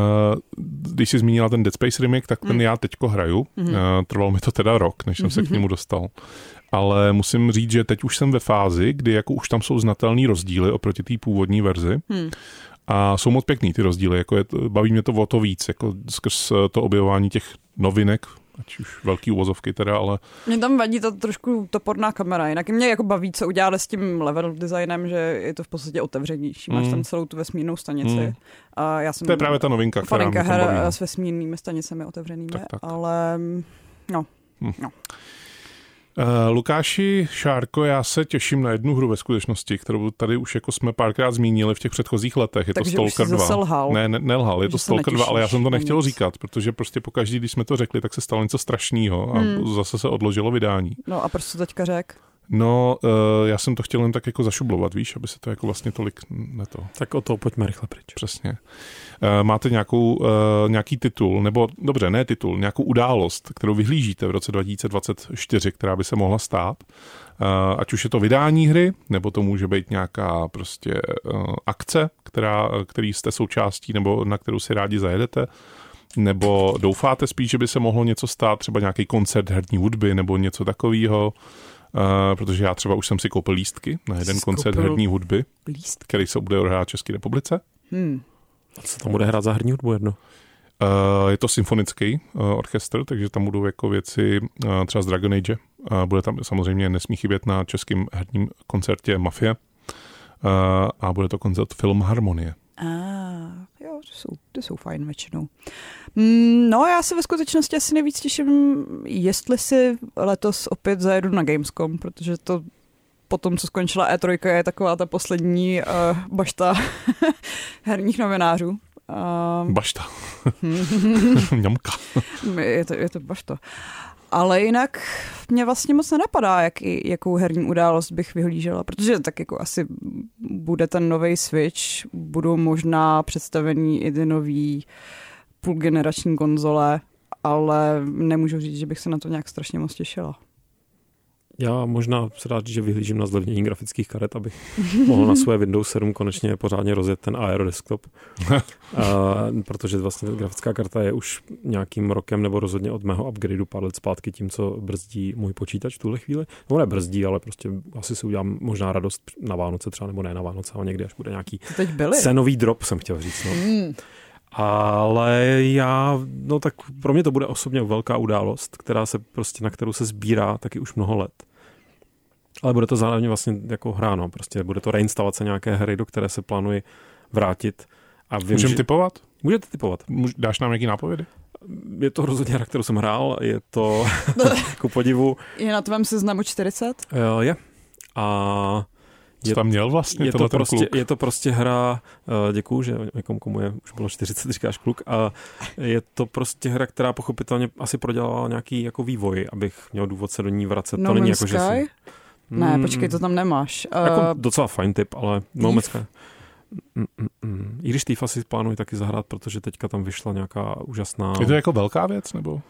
[SPEAKER 3] když jsi zmínila ten Dead Space remake, tak ten
[SPEAKER 4] Mm.
[SPEAKER 3] já teďko hraju.
[SPEAKER 4] Mhm.
[SPEAKER 3] Uh, trvalo mi to teda rok, než jsem se
[SPEAKER 5] Mhm.
[SPEAKER 3] k němu dostal. Ale musím říct, že teď už jsem ve fázi, kdy jako už tam jsou znatelný rozdíly oproti té původní verzi.
[SPEAKER 4] Hmm.
[SPEAKER 3] A jsou moc pěkný ty rozdíly, jako je, to- baví mě to o to víc, jako skrz eh, to objevování těch novinek, ať už velký uvozovky teda, ale
[SPEAKER 4] Mě tam vadí ta trošku toporná kamera, jinak mě jako baví, co udělali s tím level designem, že je to v podstatě otevřenější. Máš
[SPEAKER 3] Mm.
[SPEAKER 4] tam celou tu vesmírnou stanici.
[SPEAKER 3] Mm.
[SPEAKER 4] A já jsem
[SPEAKER 5] Hmm.
[SPEAKER 3] to je právě ta novinka, která mě
[SPEAKER 4] faninka
[SPEAKER 3] tam
[SPEAKER 4] her
[SPEAKER 3] baví.
[SPEAKER 4] eh, s vesmírnými stanicemi otevřenými,
[SPEAKER 3] Tak, tak.
[SPEAKER 4] ale no.
[SPEAKER 3] Uh, Lukáši, Šárko, já se těším na jednu hru ve skutečnosti, kterou tady už jako jsme párkrát zmínili v těch předchozích letech. Je to
[SPEAKER 4] Takže už
[SPEAKER 3] Stalker
[SPEAKER 4] jsi zase
[SPEAKER 3] 2.
[SPEAKER 4] lhal.
[SPEAKER 3] Ne, ne, nelhal, je
[SPEAKER 4] Že
[SPEAKER 3] to
[SPEAKER 4] se
[SPEAKER 3] Stalker 2, ale já
[SPEAKER 4] netěšíš
[SPEAKER 3] jsem to
[SPEAKER 4] na
[SPEAKER 3] nechtěl
[SPEAKER 4] nic.
[SPEAKER 3] říkat, protože prostě pokaždý, když jsme to řekli, tak se stalo něco strašného a
[SPEAKER 4] Hmm.
[SPEAKER 3] zase se odložilo vydání.
[SPEAKER 4] No a proč to teďka řek?
[SPEAKER 3] No, uh, já jsem to chtěl jen tak jako zašublovat, víš, aby se to jako vlastně tolik neto.
[SPEAKER 5] Tak o toho pojďme rychle pryč.
[SPEAKER 3] Přesně. Eh, Máte nějakou, eh, nějaký titul, nebo dobře, ne titul, nějakou událost, kterou vyhlížíte v roce 2024, která by se mohla stát. Eh, Ať už je to vydání hry, nebo to může být nějaká prostě eh, akce, která, eh, který jste součástí, nebo na kterou si rádi zajedete, nebo doufáte spíš, že by se mohlo něco stát, třeba nějaký koncert herní hudby, nebo něco takového, eh, protože já třeba už jsem si koupil lístky na jeden
[SPEAKER 4] Jsi
[SPEAKER 3] koncert
[SPEAKER 4] koupil
[SPEAKER 3] herní hudby,
[SPEAKER 4] Líst.
[SPEAKER 3] který se bude odehrát v České republice.
[SPEAKER 4] Hmm.
[SPEAKER 5] A co tam bude hrát za herní hudbu jedno?
[SPEAKER 3] Uh, je to symfonický uh, orchestr, takže tam budou jako věci uh, třeba z Dragon Age. Uh, bude tam samozřejmě nesmí chybět na českém herním koncertě Mafie. Uh, a bude to koncert Film Harmonie.
[SPEAKER 4] A jo, ty jsou, ty jsou fajn většinou. Mm, No já se ve skutečnosti asi nejvíc těším, jestli si letos opět zajedu na Gamescom, protože to po tom, co skončila E3, je taková ta poslední uh, bašta [laughs] herních novinářů. hm, Uh,
[SPEAKER 3] Bašta,
[SPEAKER 5] Hm.
[SPEAKER 3] [laughs] mňamka.
[SPEAKER 4] je, to, je to bašta. Ale jinak mě vlastně moc nenapadá, jak, jakou herní událost bych vyhlížela, protože tak jako asi bude ten nový Switch, budou možná představení i ty nový půlgenerační konzole, ale nemůžu říct, že bych se na to nějak strašně moc těšila.
[SPEAKER 5] Já možná se dá říct, že vyhlížím na zlevnění grafických karet, [laughs] abych mohl na své Windows 7 konečně pořádně rozjet ten
[SPEAKER 3] [laughs]
[SPEAKER 5] Aero desktop. a, protože vlastně grafická karta je už nějakým rokem nebo rozhodně od mého upgradeu pár let zpátky tím, co brzdí můj počítač v tuhle chvíli. No ne brzdí, ale prostě asi si udělám možná radost na Vánoce třeba, nebo ne na Vánoce, ale někdy, až bude nějaký
[SPEAKER 4] To teď byly.
[SPEAKER 5] cenový drop, jsem chtěl říct. No. Ale já, no tak pro mě to bude osobně velká událost, která se prostě, na kterou se sbírá taky už mnoho let. Ale bude to zároveň vlastně jako hra, no, prostě bude to reinstalace nějaké hry, do které se plánuji vrátit. A vím,
[SPEAKER 3] Můžeme
[SPEAKER 5] že...
[SPEAKER 3] typovat?
[SPEAKER 5] Můžete typovat.
[SPEAKER 3] Můž, dáš nám nějaký nápovědy?
[SPEAKER 5] Je to rozhodně hra, kterou jsem hrál, je to [laughs] ku podivu.
[SPEAKER 4] Je na tvém seznamu 40?
[SPEAKER 5] Uh, je. A
[SPEAKER 3] Co
[SPEAKER 5] Je-
[SPEAKER 3] tam měl vlastně
[SPEAKER 5] je to,
[SPEAKER 3] tenhle ten
[SPEAKER 5] prostě,
[SPEAKER 3] kluk?
[SPEAKER 5] je to prostě hra, eh, děkuju, že někomu, komu je už bylo 40, říkáš kluk, a je to prostě hra, která pochopitelně asi prodělala nějaký jako vývoj, abych měl důvod se do ní vracet.
[SPEAKER 4] No
[SPEAKER 5] to není
[SPEAKER 4] Man's
[SPEAKER 5] jako, že
[SPEAKER 4] Sky?
[SPEAKER 5] si...
[SPEAKER 4] Ne,
[SPEAKER 5] Mm,
[SPEAKER 4] počkej, to tam nemáš.
[SPEAKER 5] Jako
[SPEAKER 4] Eh,
[SPEAKER 5] docela fajn tip, ale no Man's Sky. Mm, mm, mm. I když Thief asi plánuji taky zahrát, protože teďka tam vyšla nějaká úžasná...
[SPEAKER 3] Je to jako velká věc, nebo?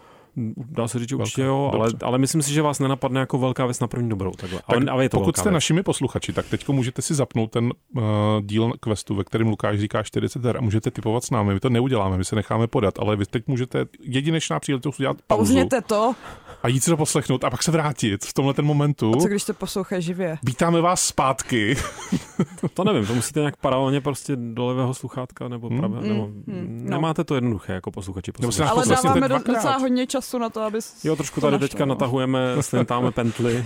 [SPEAKER 5] Dá se říct, že
[SPEAKER 3] Velká,
[SPEAKER 5] určitě jo, ale,
[SPEAKER 3] dobře.
[SPEAKER 5] ale, myslím si, že vás nenapadne jako velká věc na první dobrou. Takhle.
[SPEAKER 3] Tak
[SPEAKER 5] ale, ale je to
[SPEAKER 3] Pokud
[SPEAKER 5] velká
[SPEAKER 3] jste
[SPEAKER 5] věc.
[SPEAKER 3] našimi posluchači, tak teď můžete si zapnout ten uh, díl questu, ve kterém Lukáš říká 40 her a můžete typovat s námi. My to neuděláme, my se necháme podat, ale vy teď můžete jedinečná příležitost udělat pauzu
[SPEAKER 4] Pauzněte to,
[SPEAKER 3] a jít si to poslechnout a pak se vrátit v tomhle ten momentu.
[SPEAKER 4] co když to poslouchají živě.
[SPEAKER 3] Vítáme vás
[SPEAKER 5] [laughs]
[SPEAKER 3] zpátky.
[SPEAKER 5] To nevím, to musíte nějak paralelně prostě do levého sluchátka nebo pravé, nebo
[SPEAKER 4] no.
[SPEAKER 5] nemáte to jednoduché jako posluchači.
[SPEAKER 3] Hmm? Nebo se
[SPEAKER 5] posluchači.
[SPEAKER 3] nás
[SPEAKER 4] Ale
[SPEAKER 3] poslouchejte
[SPEAKER 4] dáváme do,
[SPEAKER 3] dvakrát.
[SPEAKER 4] docela hodně času na to, aby... s-
[SPEAKER 5] Jo, trošku
[SPEAKER 4] to
[SPEAKER 5] tady
[SPEAKER 4] našlo,
[SPEAKER 5] teďka
[SPEAKER 4] no.
[SPEAKER 5] natahujeme,
[SPEAKER 4] [laughs]
[SPEAKER 5] slintáme pently. Ne,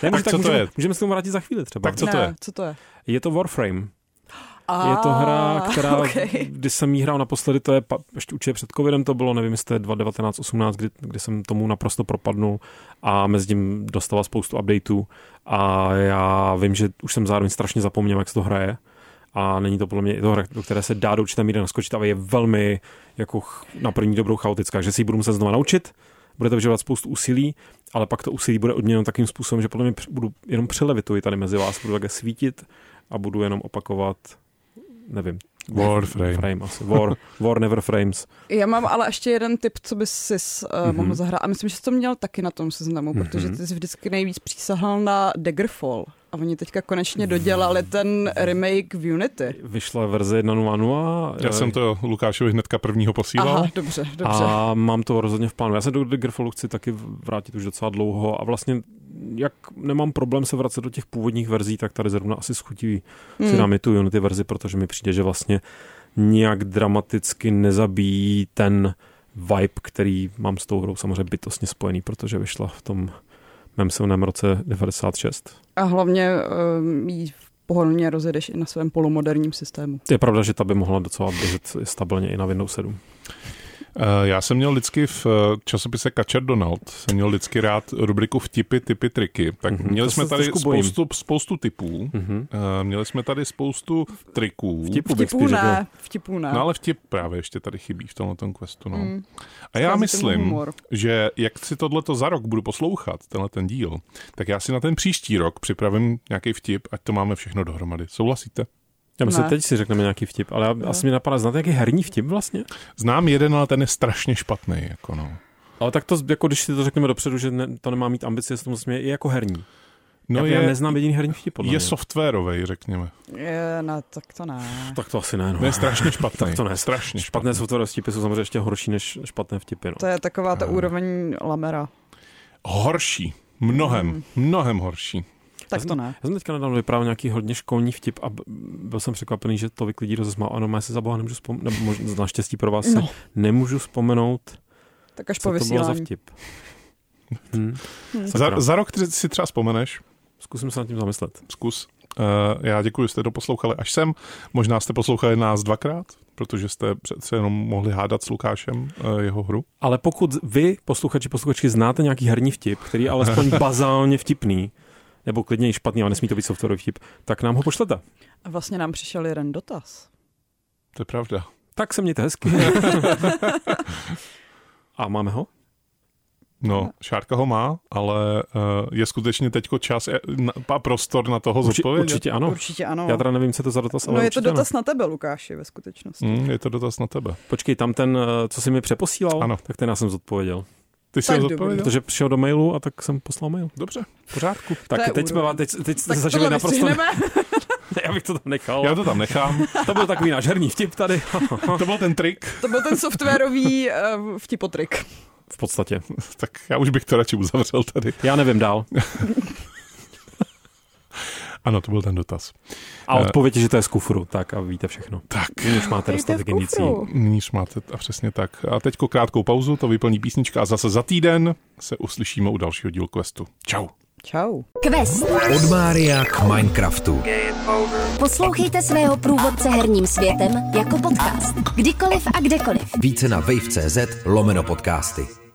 [SPEAKER 3] Tak
[SPEAKER 5] tak
[SPEAKER 3] co to
[SPEAKER 5] můžeme,
[SPEAKER 3] je?
[SPEAKER 5] můžeme se k tomu vrátit za chvíli třeba.
[SPEAKER 3] Tak co
[SPEAKER 4] ne,
[SPEAKER 3] to je?
[SPEAKER 4] Co to je? Ah,
[SPEAKER 5] Je to Warframe.
[SPEAKER 4] A,
[SPEAKER 5] Je
[SPEAKER 4] [laughs]
[SPEAKER 5] to hra, která,
[SPEAKER 4] Okay.
[SPEAKER 5] když jsem jí hrál naposledy, to je pa- ještě určitě před covidem, to bylo, nevím, jestli to je 2019 18 kdy, kdy jsem tomu naprosto propadnul a mezi tím dostala spoustu updateů a já vím, že už jsem zároveň strašně zapomněl, jak se to hraje a není to podle mě, je to hra, do které se dá do určité míry naskočit, ale je velmi jako ch- na první dobrou chaotická, že si ji budu muset znova naučit, bude to vyžadovat spoustu úsilí, ale pak to úsilí bude odměněno takým způsobem, že podle mě př- budu jenom přelevituji tady mezi vás, budu také svítit a budu jenom opakovat, nevím,
[SPEAKER 3] Warframe.
[SPEAKER 5] frame asi, war, war never frames.
[SPEAKER 4] Já mám ale ještě jeden tip, co by si uh, mohl
[SPEAKER 5] Mhm.
[SPEAKER 4] zahrát. A myslím, že jsi to měl taky na tom seznamu,
[SPEAKER 5] Mhm.
[SPEAKER 4] protože ty jsi vždycky nejvíc přísahal na Daggerfall. A oni teďka konečně dodělali ten remake v Unity.
[SPEAKER 5] Vyšla verze 1.0.
[SPEAKER 3] Já
[SPEAKER 5] eh,
[SPEAKER 3] jsem to Lukášovi hnedka prvního posílal.
[SPEAKER 4] Aha, dobře, dobře.
[SPEAKER 5] A mám to rozhodně v plánu. Já se do Daggerfallu chci taky vrátit už docela dlouho a vlastně jak nemám problém se vracet do těch původních verzí, tak tady zrovna asi schutí si dám i tu Unity verzi, protože mi přijde, že vlastně nijak dramaticky nezabíjí ten vibe, který mám s tou hrou samozřejmě bytostně spojený, protože vyšla v tom mém silném roce 96.
[SPEAKER 4] A hlavně um, ji pohodlně rozjedeš i na svém polomoderním systému.
[SPEAKER 5] Je pravda, že ta by mohla docela běžet stabilně i na Windows 7.
[SPEAKER 3] Eh, Já jsem měl vždycky v eh, časopise Kačer Donald, jsem měl vždycky rád rubriku vtipy, typy, triky. Tak
[SPEAKER 5] Mhm,
[SPEAKER 3] měli
[SPEAKER 5] to
[SPEAKER 3] jsme
[SPEAKER 5] se
[SPEAKER 3] tady
[SPEAKER 5] trošku bojím.
[SPEAKER 3] spoustu, spoustu typů,
[SPEAKER 5] Mhm.
[SPEAKER 3] eh, měli jsme tady spoustu triků.
[SPEAKER 5] Vtipů bych
[SPEAKER 4] Vtipů
[SPEAKER 5] spíš řekl.
[SPEAKER 4] ne, vtipů ne.
[SPEAKER 3] No ale vtip právě ještě tady chybí v tomhle questu. No.
[SPEAKER 4] Mm,
[SPEAKER 3] A já
[SPEAKER 4] Schází tomu
[SPEAKER 3] myslím,
[SPEAKER 4] humor.
[SPEAKER 3] že jak si tohleto za rok budu poslouchat, tenhle ten díl, tak já si na ten příští rok připravím nějaký vtip, ať to máme všechno dohromady. Souhlasíte?
[SPEAKER 5] Já myslím,
[SPEAKER 4] Ne.
[SPEAKER 5] teď si řekneme nějaký vtip, ale já, asi mi napadá, znáte nějaký herní vtip vlastně?
[SPEAKER 3] Znám jeden, ale ten je strašně špatný. Jako no.
[SPEAKER 5] Ale tak to, jako když si to řekneme dopředu, že ne, to nemá mít ambice, to musím je i jako herní.
[SPEAKER 3] no
[SPEAKER 5] No já,
[SPEAKER 3] je,
[SPEAKER 5] je, já neznám jediný herní vtip, podle
[SPEAKER 3] je
[SPEAKER 5] mě.
[SPEAKER 3] softwarový, řekněme.
[SPEAKER 4] Je, ne, tak to ne.
[SPEAKER 5] Tak to asi ne, no.
[SPEAKER 3] To je
[SPEAKER 5] [laughs]
[SPEAKER 3] strašně špatný.
[SPEAKER 5] Tak to ne.
[SPEAKER 3] Strašně špatný.
[SPEAKER 5] Špatné softwarové vtipy jsou samozřejmě ještě horší než špatné vtipy, no.
[SPEAKER 4] To je taková ta úroveň lamera.
[SPEAKER 3] Horší.
[SPEAKER 4] Hmm.
[SPEAKER 3] Mnohem, mnohem horší.
[SPEAKER 4] Tak to ne.
[SPEAKER 5] Já jsem teďka nedávno vyprávěl nějaký hodně školní vtip a b- byl jsem překvapený, že tolik lidí rozesmál. Ano, já si za boha nemůžu vzpomenout, nebo možná naštěstí pro vás no.
[SPEAKER 4] No.
[SPEAKER 5] si nemůžu vzpomenout,
[SPEAKER 4] Tak až
[SPEAKER 5] co
[SPEAKER 4] po
[SPEAKER 5] to bylo za
[SPEAKER 4] vysílání.
[SPEAKER 5] [laughs] vtip. Hm.
[SPEAKER 3] Za,
[SPEAKER 4] Hmm.
[SPEAKER 5] Sakra.
[SPEAKER 3] za rok tři- si třeba vzpomeneš,
[SPEAKER 5] Zkusím se nad tím zamyslet.
[SPEAKER 3] zkus. Uh, já děkuji, že jste to poslouchali až sem. Možná jste poslouchali nás dvakrát, protože jste přece jenom mohli hádat s Lukášem uh, jeho hru.
[SPEAKER 5] Ale pokud vy, posluchači, posluchačky, znáte nějaký herní vtip, který je [laughs] alespoň bazálně vtipný, nebo klidně i špatný, ale nesmí to být softwarový vtip, tak nám ho pošlete.
[SPEAKER 4] A vlastně nám přišel jeden dotaz.
[SPEAKER 3] To je pravda.
[SPEAKER 5] Tak se
[SPEAKER 4] [laughs]
[SPEAKER 5] mějte hezky. A máme ho?
[SPEAKER 3] No, Šárka ho má, ale uh, je skutečně teďko čas e, na- a prostor na toho
[SPEAKER 5] Urči-
[SPEAKER 3] zodpovědět.
[SPEAKER 5] určitě ano.
[SPEAKER 4] Určitě ano.
[SPEAKER 5] No, Já teda nevím, co je to za dotaz, ale
[SPEAKER 4] No je to
[SPEAKER 5] určitě Hmm.
[SPEAKER 4] dotaz na tebe, Lukáši, ve skutečnosti.
[SPEAKER 3] Mm, je to dotaz na tebe.
[SPEAKER 5] Ano. Počkej, tam ten, eh, co jsi mi přeposílal,
[SPEAKER 3] Ano.
[SPEAKER 5] tak ten já jsem zodpověděl.
[SPEAKER 3] Ty jsi
[SPEAKER 4] Tak
[SPEAKER 3] ho
[SPEAKER 4] dobrý.
[SPEAKER 3] zodpověděl?
[SPEAKER 5] Protože přišel do mailu a tak jsem poslal mail.
[SPEAKER 3] Dobře, v pořádku.
[SPEAKER 5] Tak
[SPEAKER 4] je
[SPEAKER 5] teď jsme
[SPEAKER 4] úroveň.
[SPEAKER 5] vám, teď, teď jste
[SPEAKER 4] Tak tohle
[SPEAKER 5] zažili naprosto... Ne,
[SPEAKER 4] vystřihneme.
[SPEAKER 5] [laughs] já bych to tam nechal.
[SPEAKER 3] Já to tam [laughs] nechám.
[SPEAKER 5] To byl takový náš herní vtip tady. [laughs]
[SPEAKER 3] To byl ten trik.
[SPEAKER 4] To byl ten softwarový uh, vtipotrik.
[SPEAKER 5] v podstatě.
[SPEAKER 3] Tak já už bych to radši uzavřel tady.
[SPEAKER 5] Já nevím dál.
[SPEAKER 3] Ano, to byl ten dotaz.
[SPEAKER 5] A odpověď je, že to je z kufru. Tak a víte všechno.
[SPEAKER 3] Tak,
[SPEAKER 5] Když máte dostatek indicí.
[SPEAKER 3] níž máte, a přesně tak. A teďko krátkou pauzu, to vyplní písnička a zase za týden se uslyšíme u dalšího dílu Questu. Čau.
[SPEAKER 4] Čau.
[SPEAKER 2] Quest.
[SPEAKER 1] Od Mária k Minecraftu.
[SPEAKER 2] Poslouchejte svého průvodce herním světem jako podcast. Kdykoliv a kdekoliv.
[SPEAKER 1] Více na wave.cz lomeno podcasty.